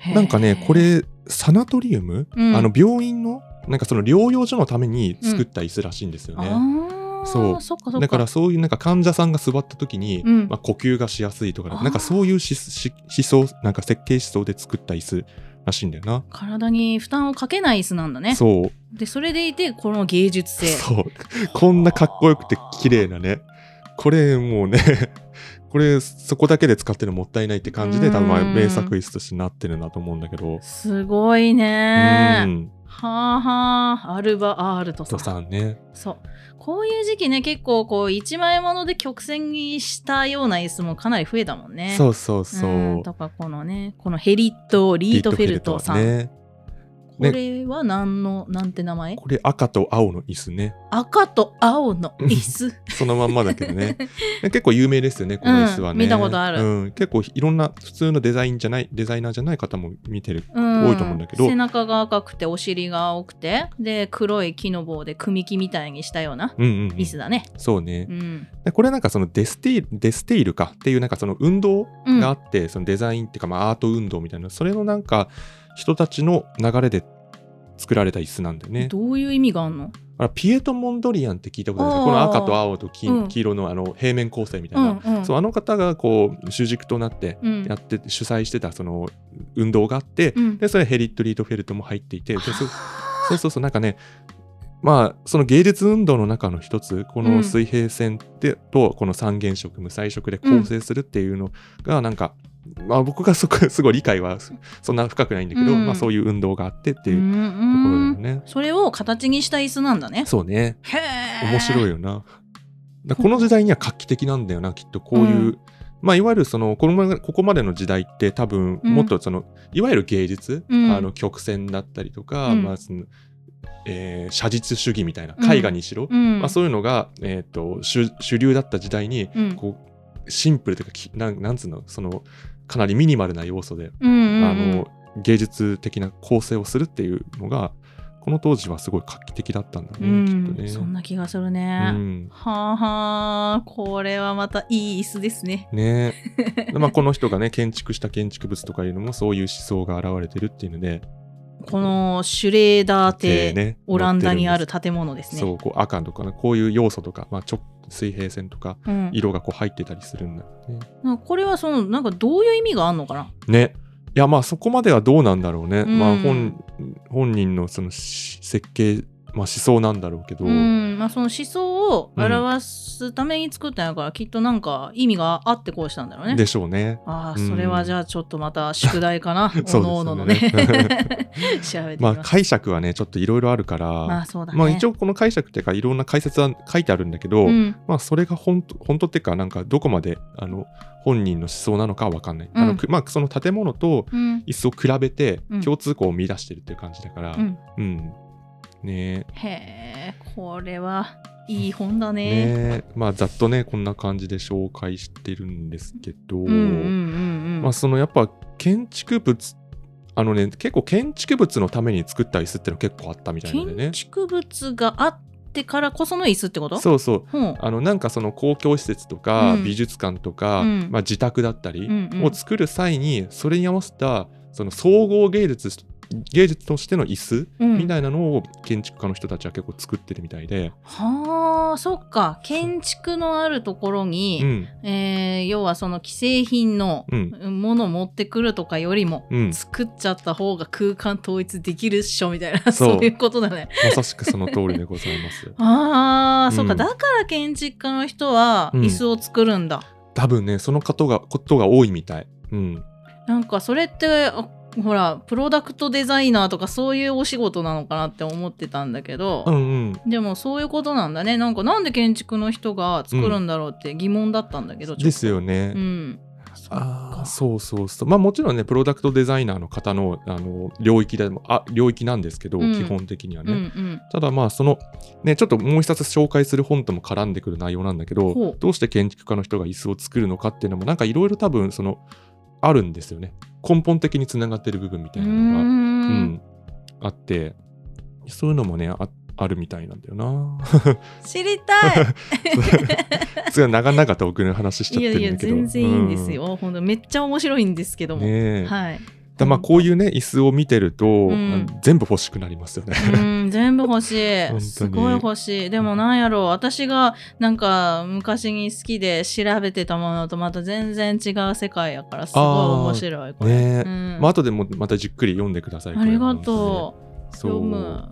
へーなんかねこれサナトリウム、うんあの病院のなんかその療養所のために作った椅子らしいんですよね、ああそうそっかそっかだからそういうなんか患者さんが座った時に、うんまあ、呼吸がしやすいとかあーなんかそういうしし思想なんか設計思想で作った椅子らしいんだよな、体に負担をかけない椅子なんだねそうでそれでいてこの芸術性そうこんなかっこよくて綺麗なねこれもうね これそこだけで使ってるのもったいないって感じで多分まあうん名作椅子としてなってるなと思うんだけどすごいうねんはあはあアルバ・アールトさとんさんねそうこういう時期ね結構こう一枚物で曲線にしたような椅子もかなり増えたもんねそうそううんそうとかこのねこのヘリット・リートフェルトさんリートフェルトねこれは何の、なんて名前これ赤と青の椅子ね赤と青の椅子。そのまんまだけど ねで結構有名ですよねこの椅子はね、うん見たことあるうん、結構いろんな普通のデザインじゃないデザイナーじゃない方も見てるうん多いと思うんだけど背中が赤くてお尻が青くてで黒い木の棒で組木みたいにしたようなうんうんうん、椅子だね。そうねう、んでこれなんかそのデステイルデステイルかっていうなんかその運動うんがあって、そのデザインっていうかまあアート運動みたいなそれのなんか人たちの流れで作られた椅子なんだよねどういう意味があんのあのピエト・モンドリアンって聞いたことないですあかーこの赤と青と金うん黄色のあの平面構成みたういな、んうんそうあの方がこう主軸となってうんやって主催してたその運動があって、うんでそれヘリット・リートフェルトも入っていてでそはそうそうそうなんかねまあその芸術運動の中の一つこうのん水平線って、とこの三原色無彩色で構成するっていうのがなんか、まあ僕がそこすごい理解はそそんな深くないんだけど、うんまあそういう運動があってってういんうところだようんね、それを形にした椅子なんだね。そうねへえ。面白いよなだこの時代には画期的なんだよなきっとこういう、うんまあいわゆるそのこのまここまでの時代って多分うんもっとその、いわゆる芸術、うんあの曲線だったりとか、うんまあそのえー写実主義みたいなうん絵画にしろ、うん。まあ、そういうのが、えー、と主主流だった時代にうんこうシンプルというかきなんなんつうのそのかなりミニマルな要素で、うんうんうんあの芸術的な構成をするっていうのがこの当時はすごい画期的だったんだね、きっとうね。んそんな気がするうね。んはあはあこれはまたいい椅子ですね。 ねえでまあ、この人がね建築した建築物とかいうのもそういう思想が現れてるっていうのでこのシュレーダーで邸、ねオランダにある載って建物でんすですね。そうこう赤とかねこういう要素とか、まあ、直水平線とかうん色がこう入ってたりするんだよね。なんかこれはそのなんかどういう意味があるのかなね。いやまあそこまではどうなんだろうね。うんまあ本本人のそのし設計、まあ、思想なんだろうけど、うんまあ、その思想を表すために作ったんやから、きっとなんか意味があってこうしたんだろうね。でしょうね。あうあんそれはじゃあちょっとまた宿題 かな、うですおよねのおののね 調べてみまあます。解釈はねちょっといろいろあるから、まあ、そうだね。まあ一応この解釈っていうかいろんな解説は書いてあるんだけど、うんまあそれが本当本当っていうかなんかどこまであの本人の思想なのかはわかんない。あうのんくまあその建物とうん椅子を比べてうん共通項を見出してるっていう感じだから、うん、うんねへえこれはいい本だえね。ねえまあざっとねこんな感じで紹介してるんですけど、うんうんうんうんまあ、そのやっぱ建築物あのね結構建築物のために作った椅子っての結構あったみたいなんでね建築物があってからこその椅子ってことそうそうほうあのなんかその公共施設とかうん美術館とか、うんまあ、自宅だったりうんうんを作る際にそれに合わせたその総合芸術芸術としての椅子うんみたいなのを建築家の人たちは結構作ってるみたいで、はあそっか建築のあるところうに、んえー要はその既製品のうんものを持ってくるとかよりも、うん、作っちゃった方が空間統一できるっしょみたいなそう そういうことだね。まさしくその通りでござい ます。あー、そっうかんだから建築家の人はうん椅子を作るんだ。多分ねそのことがことが多いみたい。うん、なんかそれってあほらプロダクトデザイナーとかそういうお仕事なのかなって思ってたんだけどう、んうんでもそういうことなんだねなんかなんで建築の人が作るんだろうって疑問だったんだけど、ちょっとですよね。うん。あーう。そうそうそうまあもちろんねプロダクトデザイナーの方のあの領域でもあ領域なんですけど、うん基本的にはね、うんうん。ただまあそのねちょっともう一冊紹介する本とも絡んでくる内容なんだけほどうどうして建築家の人が椅子を作るのかっていうのもなんかいろいろ多分そのあるんですよね根本的につながってる部分みたいなのが、うんんあってそういうのもねああるみたいなんだよな。 知りたいすごい長々と僕の話しちゃっいやているやんだけど全然いいんです、よ、ほんとめっちゃ面白いんですけうどんも、ねえはいだまあこういうね椅子を見てると、ん全部欲しくなりますよね。うん全部欲し本当にいすごい欲しいでもなんやろう私がなんか昔に好きで調べてたものとまた全然違う世界やからすごい面白いこれ、ねえうんまあ後でもまたじっくり読んでください。ありがとう。うそう読む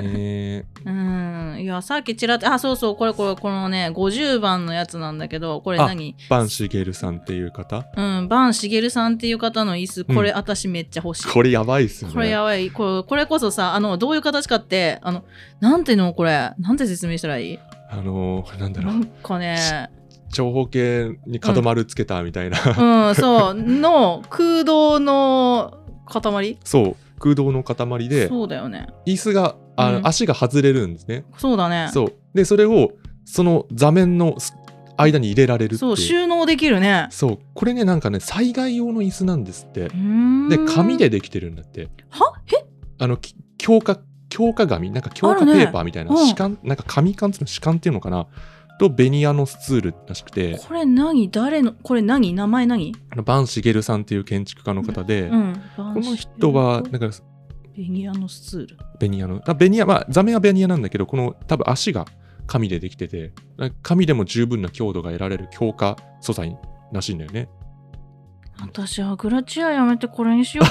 ねえうんいやさっきちらっとあそうそうこれこれこのね50番のやつなんだけどこれ何バンシゲルさんっていう方、うんバンシゲルさんっていう方の椅子これ、う私めっちゃ欲しいこれやばいっすよね。これやばいこれこれこそさあのどういう形かってあのなんていうのこれなんて説明したらいいあのーなんだろなうんかね長方形に角丸つけたみたいな、うんそうの空洞の塊 そう空洞の塊でそうだよね椅子があ、うん足が外れるんですね。そうだねそうでそれをその座面のす間に入れられるっていそうう収納できるねそうこれねなんかね災害用の椅子なんですってうーんで紙でできてるんだってはえあのき強化強化紙なんか強化ペあるねーパーみたいな、うん紙管なんか紙管っていうの紙管っていうのかなとベニヤのスツールらしくてこれ何誰のこれ何名前何あの坂茂さんっていう建築家の方で、うんこの人はなんかベニヤのスツールベニヤのだベニヤまあ座面はベニヤなんだけどこの多分足が紙でできてて紙でも十分な強度が得られる強化素材らしいんだよね私アグラチアやめてこれにしよう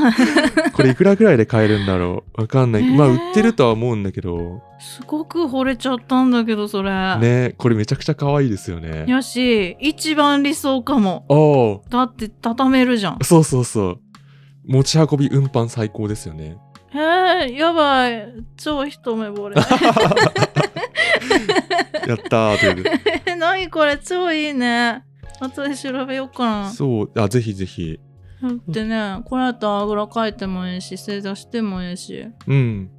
な これいくらぐらいで買えるんだろ うわかんない、えーまあ売ってるとは思うんだけどすごく惚れちゃったんだけどそれねこれめちゃくちゃ可愛いですよねよし一番理想かもああだって畳めるじ ゃんそうそうそう持ち運び運搬最高ですよねへえやばい超一目惚れやったーということ 何これ超いいね後で調べようかでな そうあぜひぜひだってねこれだとあぐらかいてもいいし正座してもいいしうん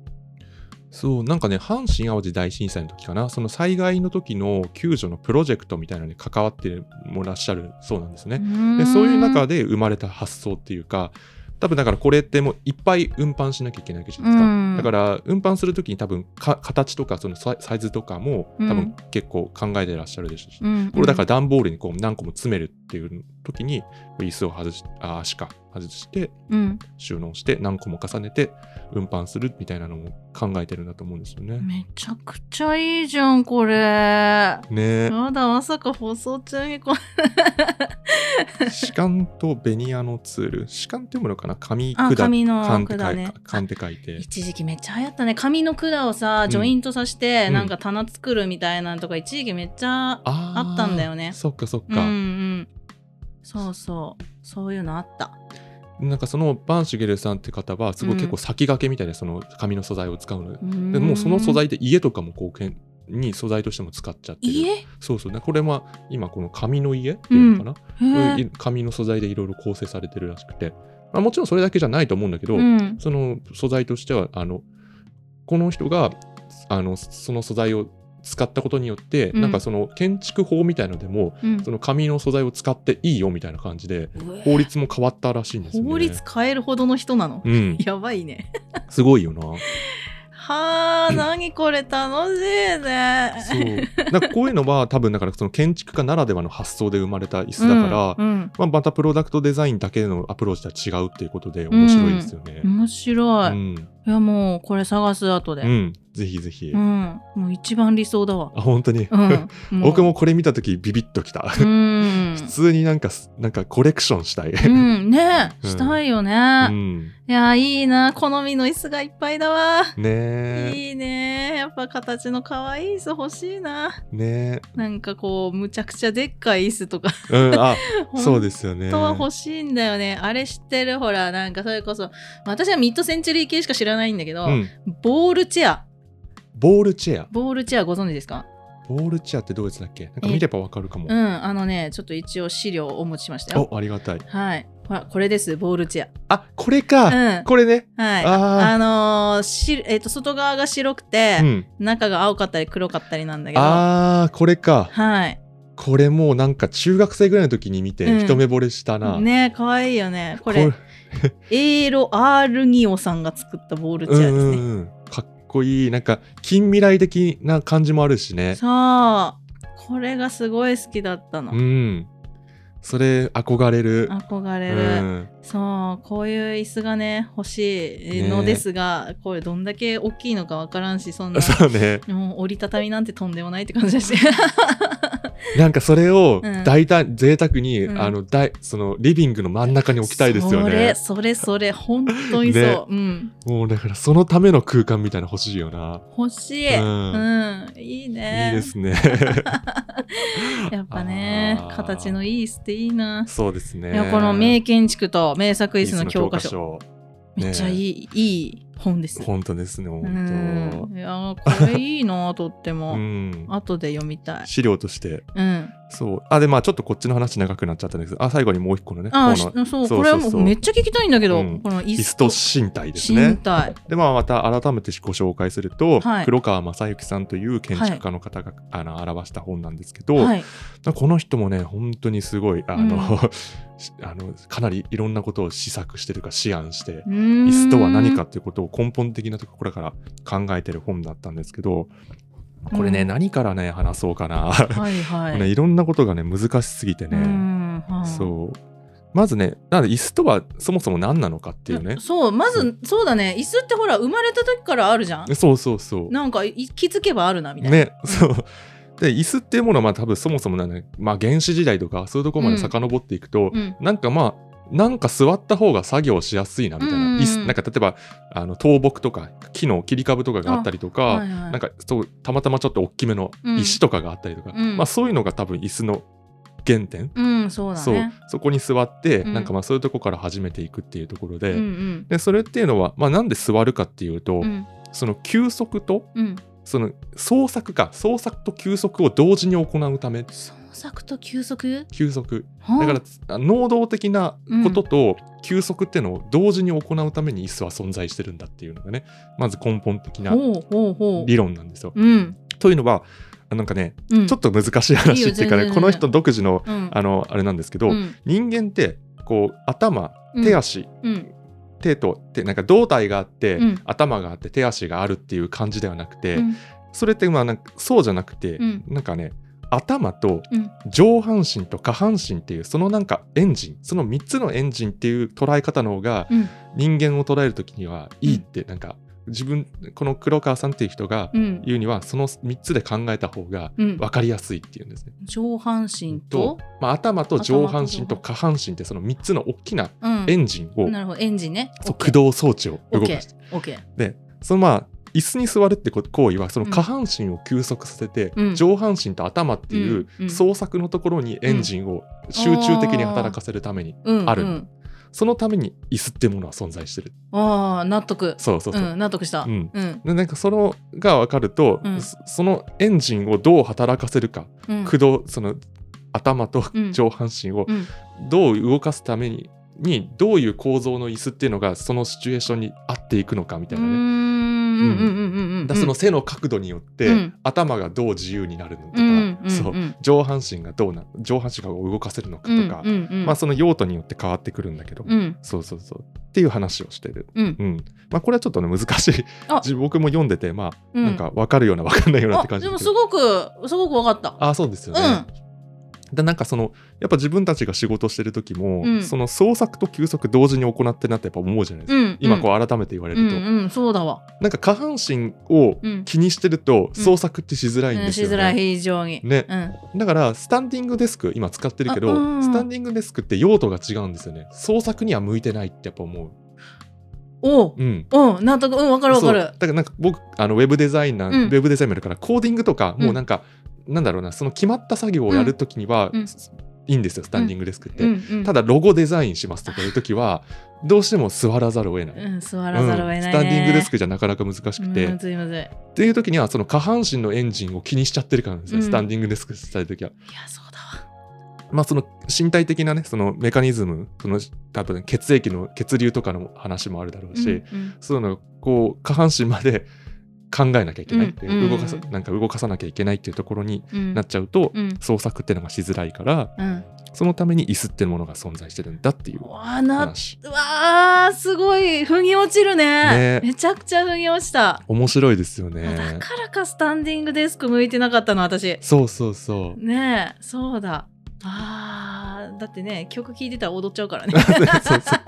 そうなんかね阪神・淡路大震災の時かなその災害の時の救助のプロジェクトみたいなのに関わってもらっしゃるそうなんですねででそういう中で生まれた発想っていうか多分だからこれってもういっぱい運搬しなきゃいけないわけじゃないですか、うんだから運搬する時に多分か形とかそのサイサイズとかも多うん分結構考えてらっしゃるでしょうし、うん、これだから段ボールにこう何個も詰めるっていう時に椅子を外しあ足か外してら、うん、収納して何個も重ねて運搬するみたいなのも考えてるんだと思うんですよね。めちゃくちゃいいじゃんこれやねだまさか放送中にこえ歯間とベニヤのツール歯間って読むのかな紙あ管紙の管って書管いねて管って書いて一時期めっちゃ流行ったね紙の管をさうんジョイントさして、うんなんか棚作るみたいなのとか一時期めっちゃあー あったんだよねそっかそっうんうか、んそうそうそういうのあったなんかそのバンシゲルさんって方はすごい結構先駆けみたいなその紙の素材を使うの、ででもうその素材で家とかもこうけんに素材としても使っちゃってる家へそうそうねこれは今この紙の家っていうのかな、ーい紙の素材でいろいろ構成されてるらしくて、まあ、もちろんそれだけじゃないと思うんだけど、うんその素材としてはあのこの人があのその素材を使ったことによって、うんなんかその建築法みたいのでもうんその紙の素材を使っていいよみたいな感じでうえ法律も変わったらしいんですよね。法律変えるほどの人なの、 うん、やばいねすごいよな。はあ何これ楽しいねそうなんかこういうのは多分だからその建築家ならではの発想で生まれた椅子だから、うんうんまあ、またプロダクトデザインだけのアプローチとは違うっていうことで面白いですよね。面白い、うんいやもうこれ探す後でう、ん、ぜひぜひ。うんもう一番理想だわ、あ、本当に。うん う僕もこれ見たときビビッときた。うん普通になんかす、なんかコレクションしたい。うんねうんしたいよね、うん。いやいいな好みの椅子がいっぱいだわねえ。いいねやっぱ形の可愛い椅子欲しいなねなんかこうむちゃくちゃでっかい椅子とかえ。うん、あ、そうすですよね。本当は欲しいんだよねあれ知ってるほらなんかそれこそ私はミッドセンチュリー系しか知らないんだけど、うん。ボールチェアボールチェア。ボールチェアご存知ですかボールチェアってどうやつだっけなんか見ればわかるかもう。んあのねちょっと一応資料をお持ちしましたよお、ありがたい。はいほらこれですボールチェあ、これアか。うんこれね。はいああのーしえっと外側が白くてあ。、うん。中が青かったり黒かったりなんだけどああ、これか。はいこれもうなんか中学生ぐらいの時に見うんて一目惚れしたな。ね可愛いよねここれエイロ・アールニオさんが作ったボールチェうアんですね、うんうん。かっこいい。なんか近未来的な感じもあるしね。さあこれがすごい好きだったの、うん。それ憧れる。憧うれる、ん、そうこういう椅子がね欲しいのですが、これどんだけ大きいのかわからんしそんなそうね。 もう折りたたみなんてとんでもないって感じだしなんかそれをうん大胆、贅沢に、うんあの大そのリビングの真ん中に 置きたいですよね。それそれそれ本当にそう、ねうんもうだからそのための空間みたいなの欲しいよな。欲しい、う。うんん、いいねいいです ね。やっぱねあー形のいい椅子っていいな、そうですね。いやこの名建築と名作椅イ子の教科書書。めっちゃいい、いい本です。本当ですねう本ん、いやーこれいいなとって当も、うん後で読みたい。資料としてうん、そうあでまあちょっとこっちの話長くなっちゃったんですけどあ最後にもう一個のねあこーのしそうそうこれはそもうそううめっちゃ聞きたいんだけど、うんこのイイスストト身体です身ね体、でまあまた改めてご紹介すると、はい黒川正幸さんという建築家の方が、あの表した本なんですけど、はい、この人もね本当にすごいあの、 うあのかなりいろんなことを試作してるか思案して、イイスとは何かということを根本的なところから考えてる本だったんですけどこれね、うん何からね話そうかな、 はいはい、ね、いろんなことがね難しすぎてうね、んはいそうまずねなんで椅子とはそもそも何なのかっていうねやそうまずそうだね椅子ってほら生まれた時からあるじゃんそうそうそうなんかい気づけばあるなみたいな、ね、そう。で、椅子っていうものは、まあ、多分そもそもなんだねまあ、原始時代とか、そういうところまで遡っていくと、うん、なんかまあ、なんか座った方が作業しやすいなみたいうんうんな、うん椅子なんか例えばあの倒木とか木の切り株とかがあったりとか、いはいなんかそうたまたまちょっと大きめの石とかがあったりとか、うんまあ、そういうのが多分椅子の原点、うんそうだねそこに座って、うんなんかまあそういうとこから始めていくっていうところで,、うんでそれっていうのは、まあ、なんで座るかっていうと、うんうんその休息とうんその創作か創作と休息を同時に行うため創作と休息休息はだあからあ能動的なことと休息っていうのを同時に行うために椅子は存在してるんだっていうのがねまず根本的なほうほうほう理論なんですよ。うんというのはあなんかねうんちょっと難しい話っていうかいいねよ全然この人独自のうんあのあれなんですけど、うん人間ってこう頭手足、うん手と手なんか胴体があって、うん頭があって手足があるっていう感じではなくて、うんそれってまあなんかそうじゃなくて、うんなんかね頭とうん上半身と下半身っていうそのなんかエンジンその3つのエンジンっていう捉え方の方がうん人間を捉える時にはいいって、なんか自分この黒川さんっていう人がうん言うにはその3つで考えた方がうん分かりやすいっていうんですね。上半身と、まあ、頭と上半身と頭と下上半身半身ってその3つの大きなうんエンジンを、なるほどエンジンねそう駆動装置を動か OK して OK でそのまあ椅子に座るってこ行為はそのうん下半身を休息させて、うん上半身と頭っていううんうん創作のところにエンジンを集中的に働かせるために、うんあるうんそのために椅子ってものは存在してるああ納得そうそうそう、うん納得したううんんでなんかそのが分かると、うんそそのエンジンをどう働かせるか、うん駆動その頭とうん上半身をうんどう動かすためににどういう構造の椅子っていうのがそのシチュエーションに合っていくのかみたいなね、うんうんうんうんうんだその背の角度によって、うん頭がどう自由になるのとか、うんうんそううん上半身がどうな上半身が動かせるのかとか、うんうんうんまあ、その用途によって変わってくるんだけど、うんそうそうそうっていう話をしてる、うんうんまあ、これはちょっとね難しいあ自僕も読んでてまあ、うんなんか分かるような分かんないようなってあ感じでだけもどすごくすごくわかったあそうですよね、でなんかそのやっぱ自分たちが仕事してる時も、うんその創作と休息同時に行ってるなってやっぱ思うじゃないですうか、ん今うこう改めて言われうるんと、うんそうだわなんか下半身をうん気にしてるとうん創作ってしづらいんうでんすしよね。づらい非常にねうんだからスタンディングデスク今使ってるけど、あうんスタンディングデスクって用途が違うんですよね。創作には向いてないってやっぱ思う。おううん。おう納得うんわかるわそかうるだからなんか僕あのウェブデザイナー、うんウェブデザインもやるからコーディングとかうんもうなんか、なんだろうなその決まった作業をやるときには、うんいいんですよスタンディングデスクって。うんうんただロゴデザインしますとかいうときはどうしても座らざるを得ない。うん座らざるを得ないねうんスタンディングデスクじゃなかなか難しくて、うんむずいむずいいやっていう時にはその下半身のエンジンを気にしちゃってるからなんですよ、うんスタンディングデスクしたい時は。そうだわまあその身体的なねそのメカニズムその多分血液の血流とかの話もあるだろうし、うんうんそういうのをこう下半身まで考えなきゃいけないっていう、うん動かさうんなんか動かさなきゃいけないっていうところにうんなっちゃうと、うん創作っていうのがしづらいからうんそのために椅子ってものが存在してるんだっていううわな話。うわーすごい腑に落ちるねねめちゃくちゃ腑に落ちた、面白いですよだね。からかスタンディングデスク向いてなかったの私そうそうそう。ねえそうだあーだってね曲聴いてたら踊っちゃうからね そうそう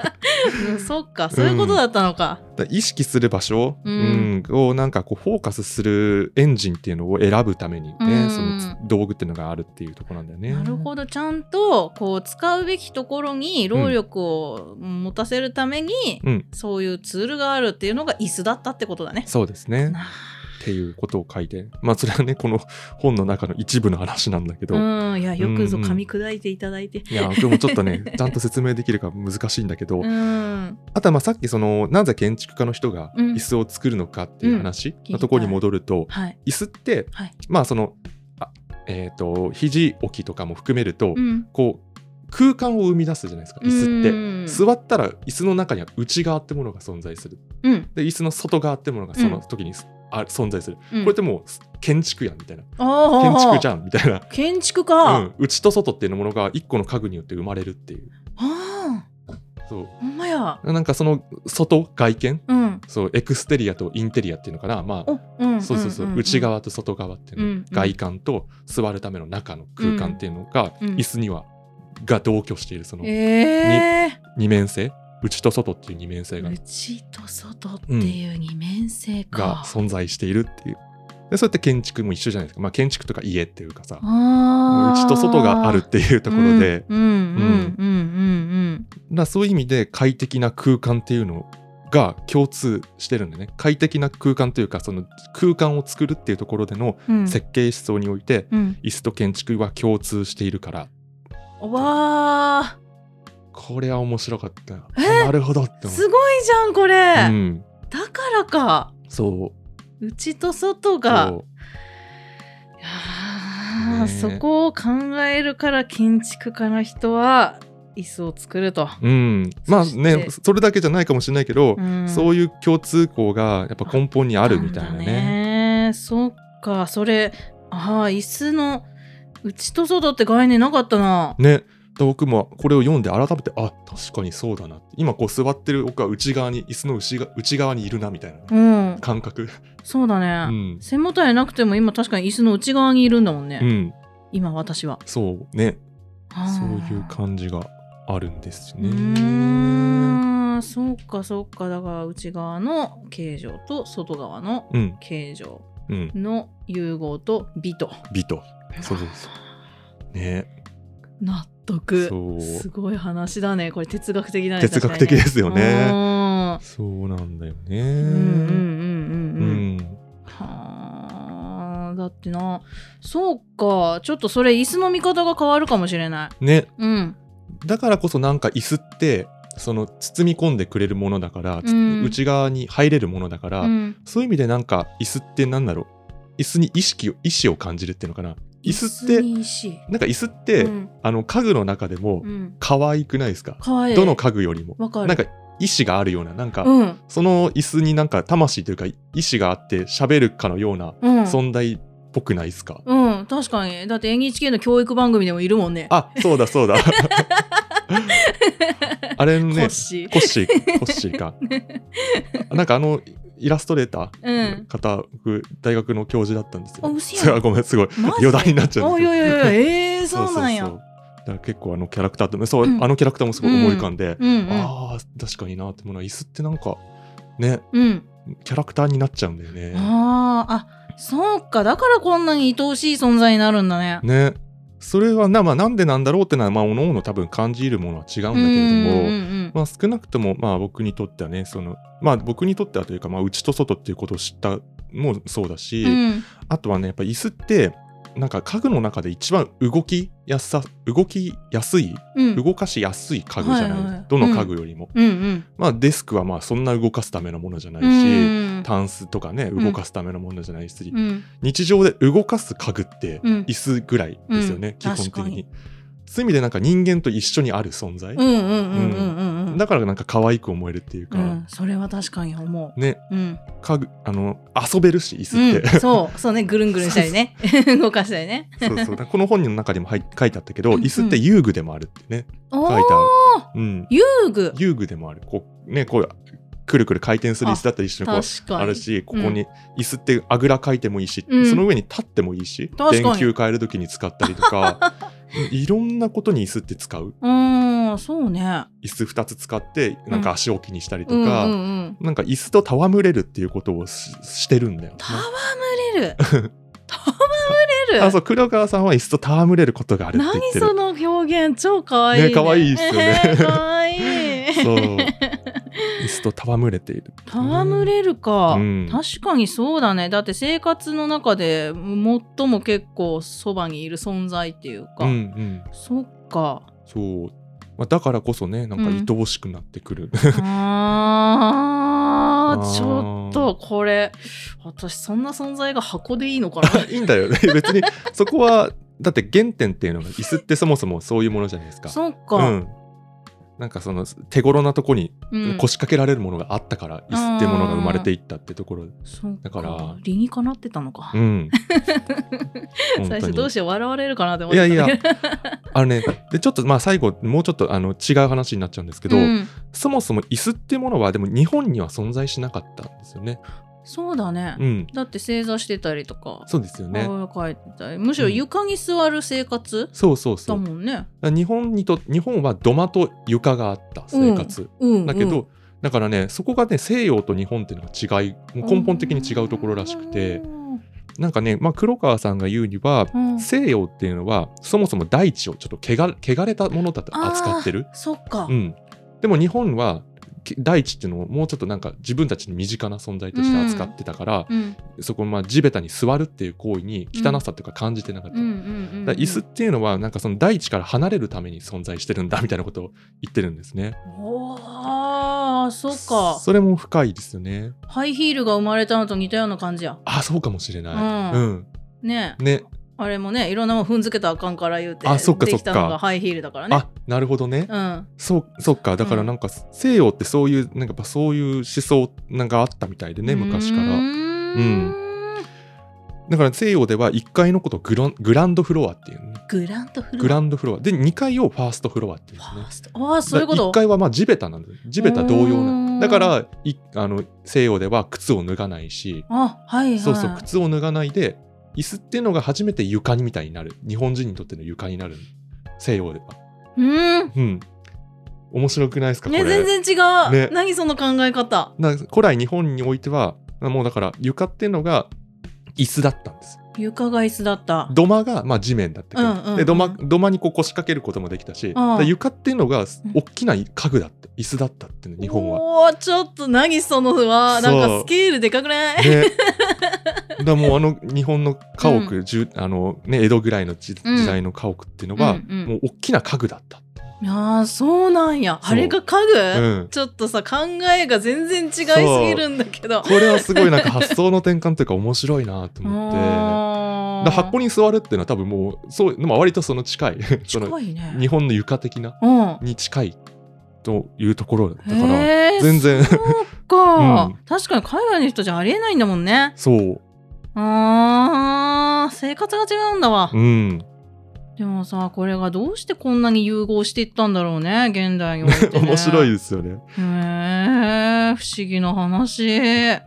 うんそっかそういうことだったのか、だから意識する場所、ううんんをなんかこうフォーカスするエンジンっていうのを選ぶためにね、うんそのつ道具っていうのがあるっていうところなんだよね。なるほどちゃんとこう使うべきところに労力を持たせるために、うんそういうツールがあるっていうのが椅子だったってことだね。そうですね。なあっっていうことを書いて、まあ、それはね、この本の中の一部の話なんだけど、うん、いやよくぞ噛み砕いていただいて、いや、僕もちょっと ね、ちゃんと説明できるか難しいんだけど、うん、あとはまあさっきその、なぜ建築家の人がうん椅子を作るのかっていう話のところに戻ると、はい、椅子って、はいまあその、あえっ、と、肘置きとかも含めると、うん、こう、空間を生み出すじゃないですか、椅子って。うん座ったら椅子の中には内側ってものが存在するうんで椅子の外側ってものがその時にす、あ存在するこうん、れってもう建築やんみたいなあ建ー築じゃんみたいな、建築うか、ん、内と外っていうものが一個の家具によって生まれるっていうあそあほんまやうなんかその外外見うんそうエクステリアとインテリアっていうのかなまあおうんそうそうそう,、んんん内側と外側っていうの、うんうん外観と座るための中の空間っていうのが、うん椅子にはが同居しているそのええ二面性内と外っていう二面性が内と外っていう二面性がか、存在しているっていう。でそうやって建築も一緒じゃないですか、まあ、建築とか家っていうかさあー内と外があるっていうところで、うんうんうんうんだからそういう意味で快適な空間っていうのが共通してるんでね快適な空間というかその空間を作るっていうところでのうんうん設計思想において、うん椅子と建築は共通しているからわあこれは面白かったよえなるほどって思すごいじゃんこれ、う、うん、だからかそう内と外がそうあねーえそこを考えるから建築家の人は椅子を作ると。うん、まあそしてねそれだけじゃないかもしれないけど、うんそういう共通項がやっぱ根本にあるみたいななんだね。ねそっかそれああ椅子の内と外って概念なかったな。ね僕もこれを読んで改めてあ確かにそうだなって今こう座ってる僕は内側に椅子の内が内側にいるなみたいなね、うん感覚。そうだうね。ん、背もたれなくても今確かに椅子の内側にいるんだもんね、うん、今私は。そうねあーそういう感じがあるんですうね。ーんそうかそうかだから内側の形状と外側のうん形状うんの融合と美と。美とそうそうそうね納得そうすごい話だねこれ哲学的だね哲学的ですよね。ねそうなんだようんね。うんうんうんううん、んはあだってなそうかちょっとそれ椅子の見方が変わるかもしれないねうんだからこそなんか椅子ってその包み込んでくれるものだから、つうん内側に入れるものだから、うんそういう意味でなんか椅子ってなんだろう椅子に意識を意志を感じるっていうのかな椅子ってに石なんか椅子って、うんあの家具の中でもうん、可愛くないですか、かわいいどの家具よりもわかるなんか意志があるようななんか、うんその椅子になんか魂というか意志があって喋るかのようなうん存在っぽくないですか、うん、確かにだって NHK の教育番組でもいるもんねあそうだ そうだあれのねコッシーコッシー、コッシーか。なんかあのイラストレータうーのん方、僕、大学の教授だったんですよ。あ嘘やそんれはごめん、すごい。マジで 余談になっちゃうんあでいすよやいやいやえー、そうなんやそうそうそうだから結構あのキャラクターと、そう、うんあのキャラクターもすごい思い浮かんで、うんうんああ、確かになってものは、椅子ってなんか、ね、うんキャラクターになっちゃうんだよね。あーあそうかだからこんなに愛おしい存在になるんだね。ね。それはな、まあ、なんでなんだろうってのは、まあ、おのおの多分感じるものは違うんだけれども、うんまあ、少なくともまあ僕にとってはねそのまあ僕にとってはというか、まあ、内と外っていうことを知ったもそうだし、うんうんあとはねやっぱ椅子ってなんか家具の中で一番動きやすさ動きやすいうん動かしやすい家具じゃない、はいはいどの家具よりも、うんうんまあデスクはまあそんな動かすためのものじゃないし、うんタンスとかねん動かすためのものじゃないし、うん日常で動かす家具ってうん椅子ぐらいですよね、うん基本的確かににそういう意味でなんか人間と一緒にある存在、うんうんうんうんうんうんだからなんか可愛く思えるっていうか、うんそれは確かに思ねう。うん家具あの遊べるし椅う子って、ん、そうそうねぐるんぐるんしたりね動かしたりね。そうそうだからこの本の中にも入っ書いてあったけどうんうん椅子って遊具でもあるってねお書いてーある、うん、遊具遊具でもあるこうねこうくるくる回転する椅子だったり一緒にこう確あかるに。しここに椅子ってあぐらかいてもいいし、うんその上に立ってもいいし確かに電球変える時に使ったりとか いろんなことに椅子って使ううんそうね。椅子2つ使ってなんか足置きにしたりとうんうんか、うん。なんか椅子と戯れるっていうことをししてるんだよね。戯れる。戯れる。あそう黒川さんは椅子と戯れることがあるって言何ってそる。の表現超可愛いね可愛いっすよね えー可愛いそう椅子と戯れている。戯れるか、うん確かにそうだねだって生活の中で最も結構そばにいる存在っていううか、んうん、そっ かそう、まあ、だからこそねなんか愛おしくなってくる。ああーーちょっとこれ私そんな存在が箱でいいのかないいんだよね別にそこはだって原点っていうのが椅子ってそもそもそういうものじゃないですか。そっうか、んなんかその手頃なとこにうん腰掛けられるものがあったから椅子ってものが生まれていったってところそっだから理にかなってたのか、うん 最初どうしよう笑われるかなって思いっやてたいんだやけど あのねでちょっとまあ最後もうちょっとあの違う話になっちゃうんですけど、うんそもそも椅子ってものはでも日本には存在しなかったんですよね。そうだね、うん、だって正座してたりとかそうですよね。ああ書いてたりむしろ床に座る生活、そうそうそう。だもんね日本にと日本は土間と床があった生活、うんだけど、だからねそこがね西洋と日本っていうのが違いもう根本的に違うところらしくて、なんかね、まあ、黒川さんが言うには、うん西洋っていうのはそもそも大地をちょっと汚汚れたものだと扱ってる、そっか、うん、でも日本はき大地っていうのをもうちょっとなんか自分たちに身近な存在として扱ってたから、うん、そこまあ地べたに座るっていう行為に汚さとか感じてなかった、うんうんうんだから椅子っていうのはなんかその大地から離れるために存在してるんだみたいなことを言ってるんですね。おーそっかそれも深いですよね。ハイヒールが生まれたのと似たような感じやあそうかもしれない。う、うんねえねあれもねいろんなもん踏んづけたらあかんから言うてあそっかできたそっのかがハイヒールだからねあなるほどね。うんそうそっかだからなんか西洋ってそういうなんかやっぱそういう思想なんかあったみたいでね昔かうーら。うんだから西洋では1階のことをグロングランドフロアっていうね、グランドフロアグランドフロアで2階をファーストフロアっていうんですフねァ。ーストああそういうこと1階はまあ地べたなんです地べた同様なおーだからいあの西洋では靴を脱がないし、あはいはいそうそう靴を脱がないで椅子っていうのが初めて床にみたいになる日本人にとっての床になる西洋ではうんうん面白くないですかこれね全然違う、ね何その考え方な古来日本においてはもうだから床っていうのが椅子だったんです床が椅子だった土間がまあ地面だったけど、うんうんうんで土間土間にこう腰掛けることもできたし、ああで床っていうのが大きな家具だった椅子だったっていうの日本は。おーちょっと何そのはなんそうかスケールでかくないね、だからもうあの日本の家屋、じゅあのね、江戸ぐらいのじうん時代の家屋っていうのは、うんうんもう大きな家具だった、あーそうなんやそうあれが家う具、ん、ちょっとさ考えが全然違いすぎるんだけどこれはすごいなんか発想の転換というか面白いなと思ってだから箱にに座るっていうのは多分もうそう、まあ、割とその近いその近いね日本の床的なうんに近いというところだから、へー全然そうか、うん確かに海外の人じゃありえないんだもんねそう、あー生活が違うんだわ、うん、でもさこれがどうしてこんなに融合していったんだろうね現代において、ね、 面白いですよね。へえ不思議な話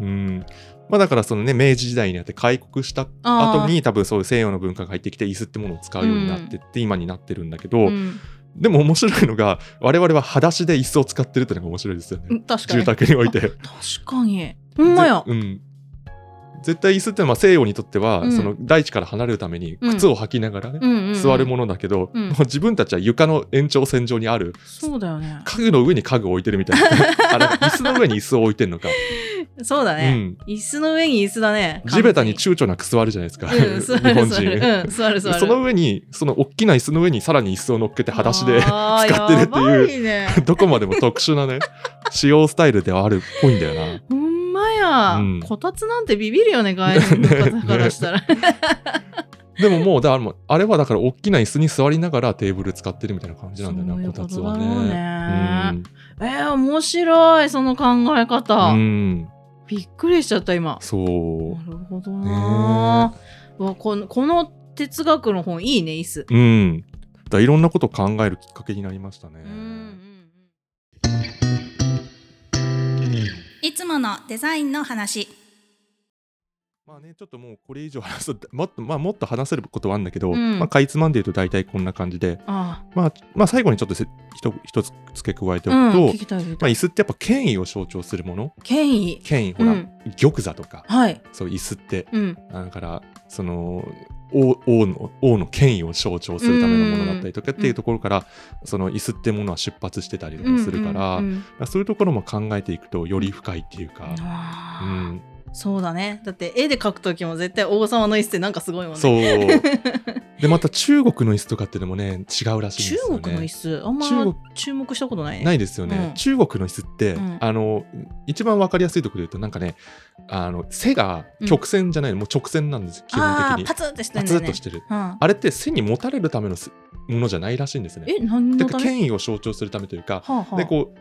うんまあ、だからそのね明治時代になって開国した後に多分そういう西洋の文化が入ってきて椅子ってものを使うようになってって今になってるんだけど、うんでも面白いのが我々は裸足で椅子を使ってるっていうのが面白いですよね、うん確か住に宅において。確かにほんまやぜうん絶対椅子ってのはまあ西洋にとっては、うんその大地から離れるためにうん靴を履きながらね、うんうんうん座るものだけど、うんもう自分たちは床の延長線上にあるそうだよね家具の上に家具を置いてるみ たいなあなんか椅子の上に椅子を置いてるのか、そうだうね、ん、椅子の上に椅子だね地べたに躊躇なく座るじゃないですか、完全にうん 座日る本人。座るうん座る座るその上にその大きな椅子の上にさらに椅子を乗っけて裸足であー使ってるっていうやばいね どこまでも特殊なね使用スタイルではあるっぽいんだよな。 ほんまや、うんこたつなんてビビるよね外人の方からしたら、でももうだからもうあれはだから大きな椅子に座りながらテーブル使ってるみたいな感じなんだよ そうないうこたことだつろはうねね。えー、面白いその考え方、うん、うん、びっくりしちゃった今そなるほどな、うわこのこの哲学の本いいね椅子う、うん、だからいろんなことを考えるきっかけになりましたね。いつものデザインの話。まあね、ちょっともうこれ以上話すともっと、まあ、もっと話せることはあるんだけど、うんまあ、かいつまんで言うと大体こんな感じで、あまあ、まあ最後にちょっとせひと一つ付け加えてあ、おうんくと、、聞きたい聞きまたあ、い椅子ってやっぱ権威を象徴するもの権威権威ほら、うん玉座とかはいそういう椅子ってうんだからその王王の王の権威を象徴するためのものだったりとかっうんていうところから、その椅子ってものは出発してたりとかするから、うんうんうんそういうところも考えていくとより深いっていうか、あうーん、そうだねだって絵で描く時も絶対王様の椅子ってなんかすごいもんねそう でまた中国の椅子とかってのもね違うらしいんです中よね。国の椅子あん中ま国注目したことないねないですよね、うん中国の椅子って、うんあの一番わかりやすいところで言うとなんかねあの背が曲線じゃない、もう直線なんですよ基本あー的にパツッとしてパんだツよッねとしてるうんあれって背に持たれるためのすものじゃないらしいんですねえ何てのかため権威を象徴するためというかはあはあでこう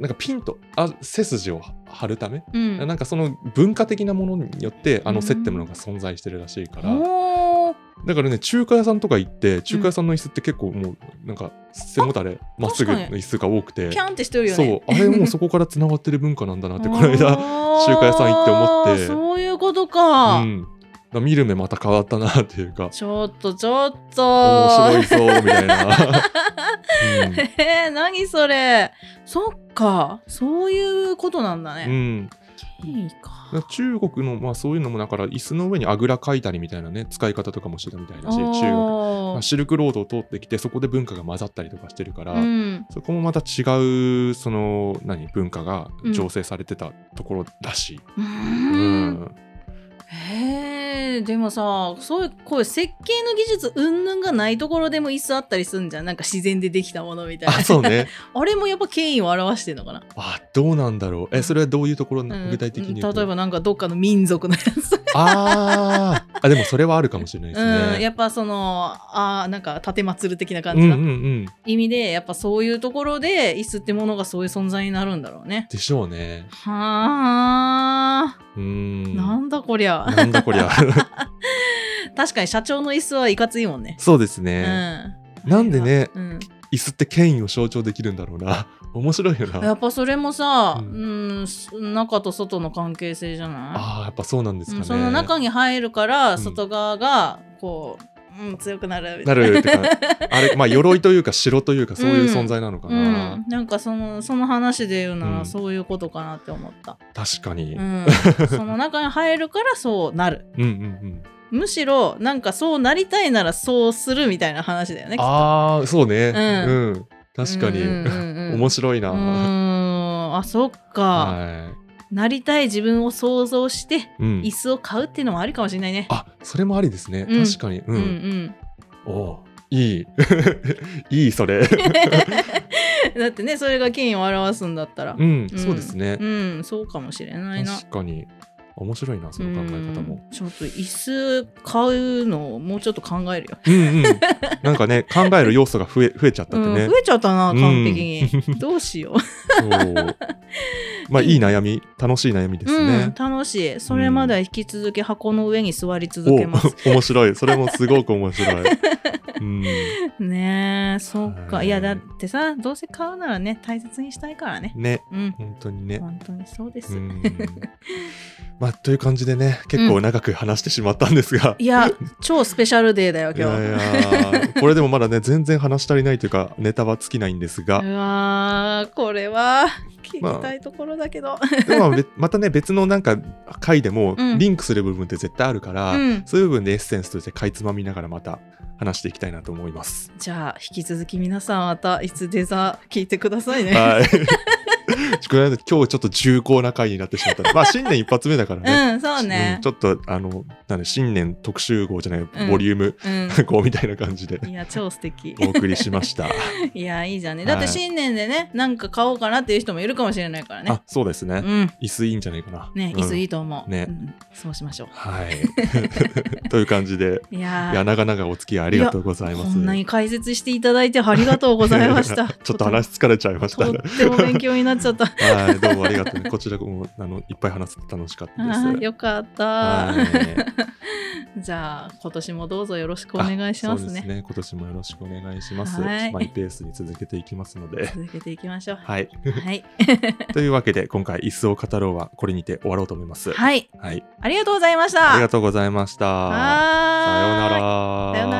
なんかピンとあ背筋を張るため、うんなんかその文化的なものによってあうのん背ってものが存在してるらしいから、おーだからね中華屋さんとか行って中華屋さんの椅子って結構もうなんか背もたれまっすぐの椅子が多くてキャンってしてるよそうねあれもうそこからつながってる文化なんだ なってこの間、中華屋さん行って思ってあーそういうことか、うん、だから見る目また変わったなっていうかちょっとちょっと面白いぞみたいな、うん えー、何それそっかそういうことなんだうね、ん、いいだかから中国の、まあ、そういうのもだから椅子の上にあぐらかいたりみたいなね使い方とかもしてたみたいだし中国、まあ、国シルクロードを通ってきてそこで文化が混ざったりとかしてるから、うん、そこもまた違うその何文化が醸成されてたところらしい。ううんんへえでもさそういうこういう設計の技術云々がないところでも椅子あったりすんじゃんなんか自然でできたものみたいなあそうねあれもやっぱ権威を表してんのかな、あどうなんだろうえそれはどういうところな、うん具体的に言うと例えばなんかどっかの民族のやつ、あーあでもそれはあるかもしれないですね。うんやっぱそのあーなんか立てまつる的な感うじんうな、んうん、意味でやっぱそういうところで椅子ってものがそういう存在になるんだろうねでしょうね。はあ、うーんなんだこりゃ なんだこりゃ確かに社長の椅子はいかついもんね、 そうですね、うんなんでねうん、椅子って権威を象徴できるんだろうな 面白いよやな。っぱそれもさ、ううんん、す中と外の関係性じゃなあーやっぱそうなんでい、すかうね。ん、その中に入るかんら外側がこう、うん、強くなるみたないるなってかあれまあ鎧というか城というかそういう存在なのかうな、ん、なんかそのその話で言うなうんらそういうことかなって思った、確かに、う、うんん、その中に入るからそうなるうんうんむしろなんかそうなりたいならそうするみたいな話だよねああそうねう、うん確かに、うんうんうん 面白いな、うーんあそっか、はなりたい自分を想像してい、うん椅、子を買うっていうのもありかもしれないねあそれもありですね、うん確かに、ううんん おういい いいそれうんだってねそれが権威を表すんだったら、うん、んそうですねう、んそうかもしれないな確かに面白いなその考え方もうんちょっと椅子買うのをもうちょっと考えるよ、うんうんなんかね考える要素が増え増えちゃったってうねん、増、えちゃったな完璧に、 どうしようそうまあいい悩み楽しい悩みですうんね、楽しいそれまでは引き続き箱の上に座り続けます、お 面白いそれもすごく面白い、うん、 ねえそっはかいいやだってさどうせ買うならね大切にしたいからねねうん本当にね、本当にそうです、うんまあという感じでね結構長く話してしまったんですが、いや超スペシャルデーだよい今や日いやこれでもまだね全然話し足りないというかネタは尽きないんですがうわーこれは聞まあきたいところだけど、でもまあべまたね別のなんか回でもうんリンクする部分って絶対あるから、うんそういう部分でエッセンスとしてかいつまみながらまた話していきたいなと思います。 じゃあ引き続き皆さんまたいつデザ聞いてくださいね、はい ちょっとごめんなさい今日ちょっと重厚な回になってしまったのまあ新年一発目だからね。うんそうねうんちょっとあのなんで新年特集号じゃない、うんボリューム うん5みたいな感じでいや超 素敵お送りしま した。いやいいじゃんねはいだって新年でねなんか買おうかなっていう人もいるかもしれないからねあそうですね、うん椅子いいんじゃないかな。ねうん椅子いいと思う、ねうんそうしましょはいという 感じでういいやや長々お付き合いありがとうございーます。こんなに解説していただいてありがとうございました ちょっと話疲れちゃいましたとね。っても勉強になっちゃったはい、 どうもありがとうね。こちらもあのいっぱい話せて楽しかったです。あーよかった、はい じゃあ今年もどうぞよろしくお願いしあまそすうですねね。今年もよろしくお願いします。はいマイペースに続けていきますので。 続けていきましょうははい。いというわけで、今回、椅子を語ろうはこれにて終わろうと思います。はいはい。ありがとうございましたありがとうございました。さようはーいなら。さようなら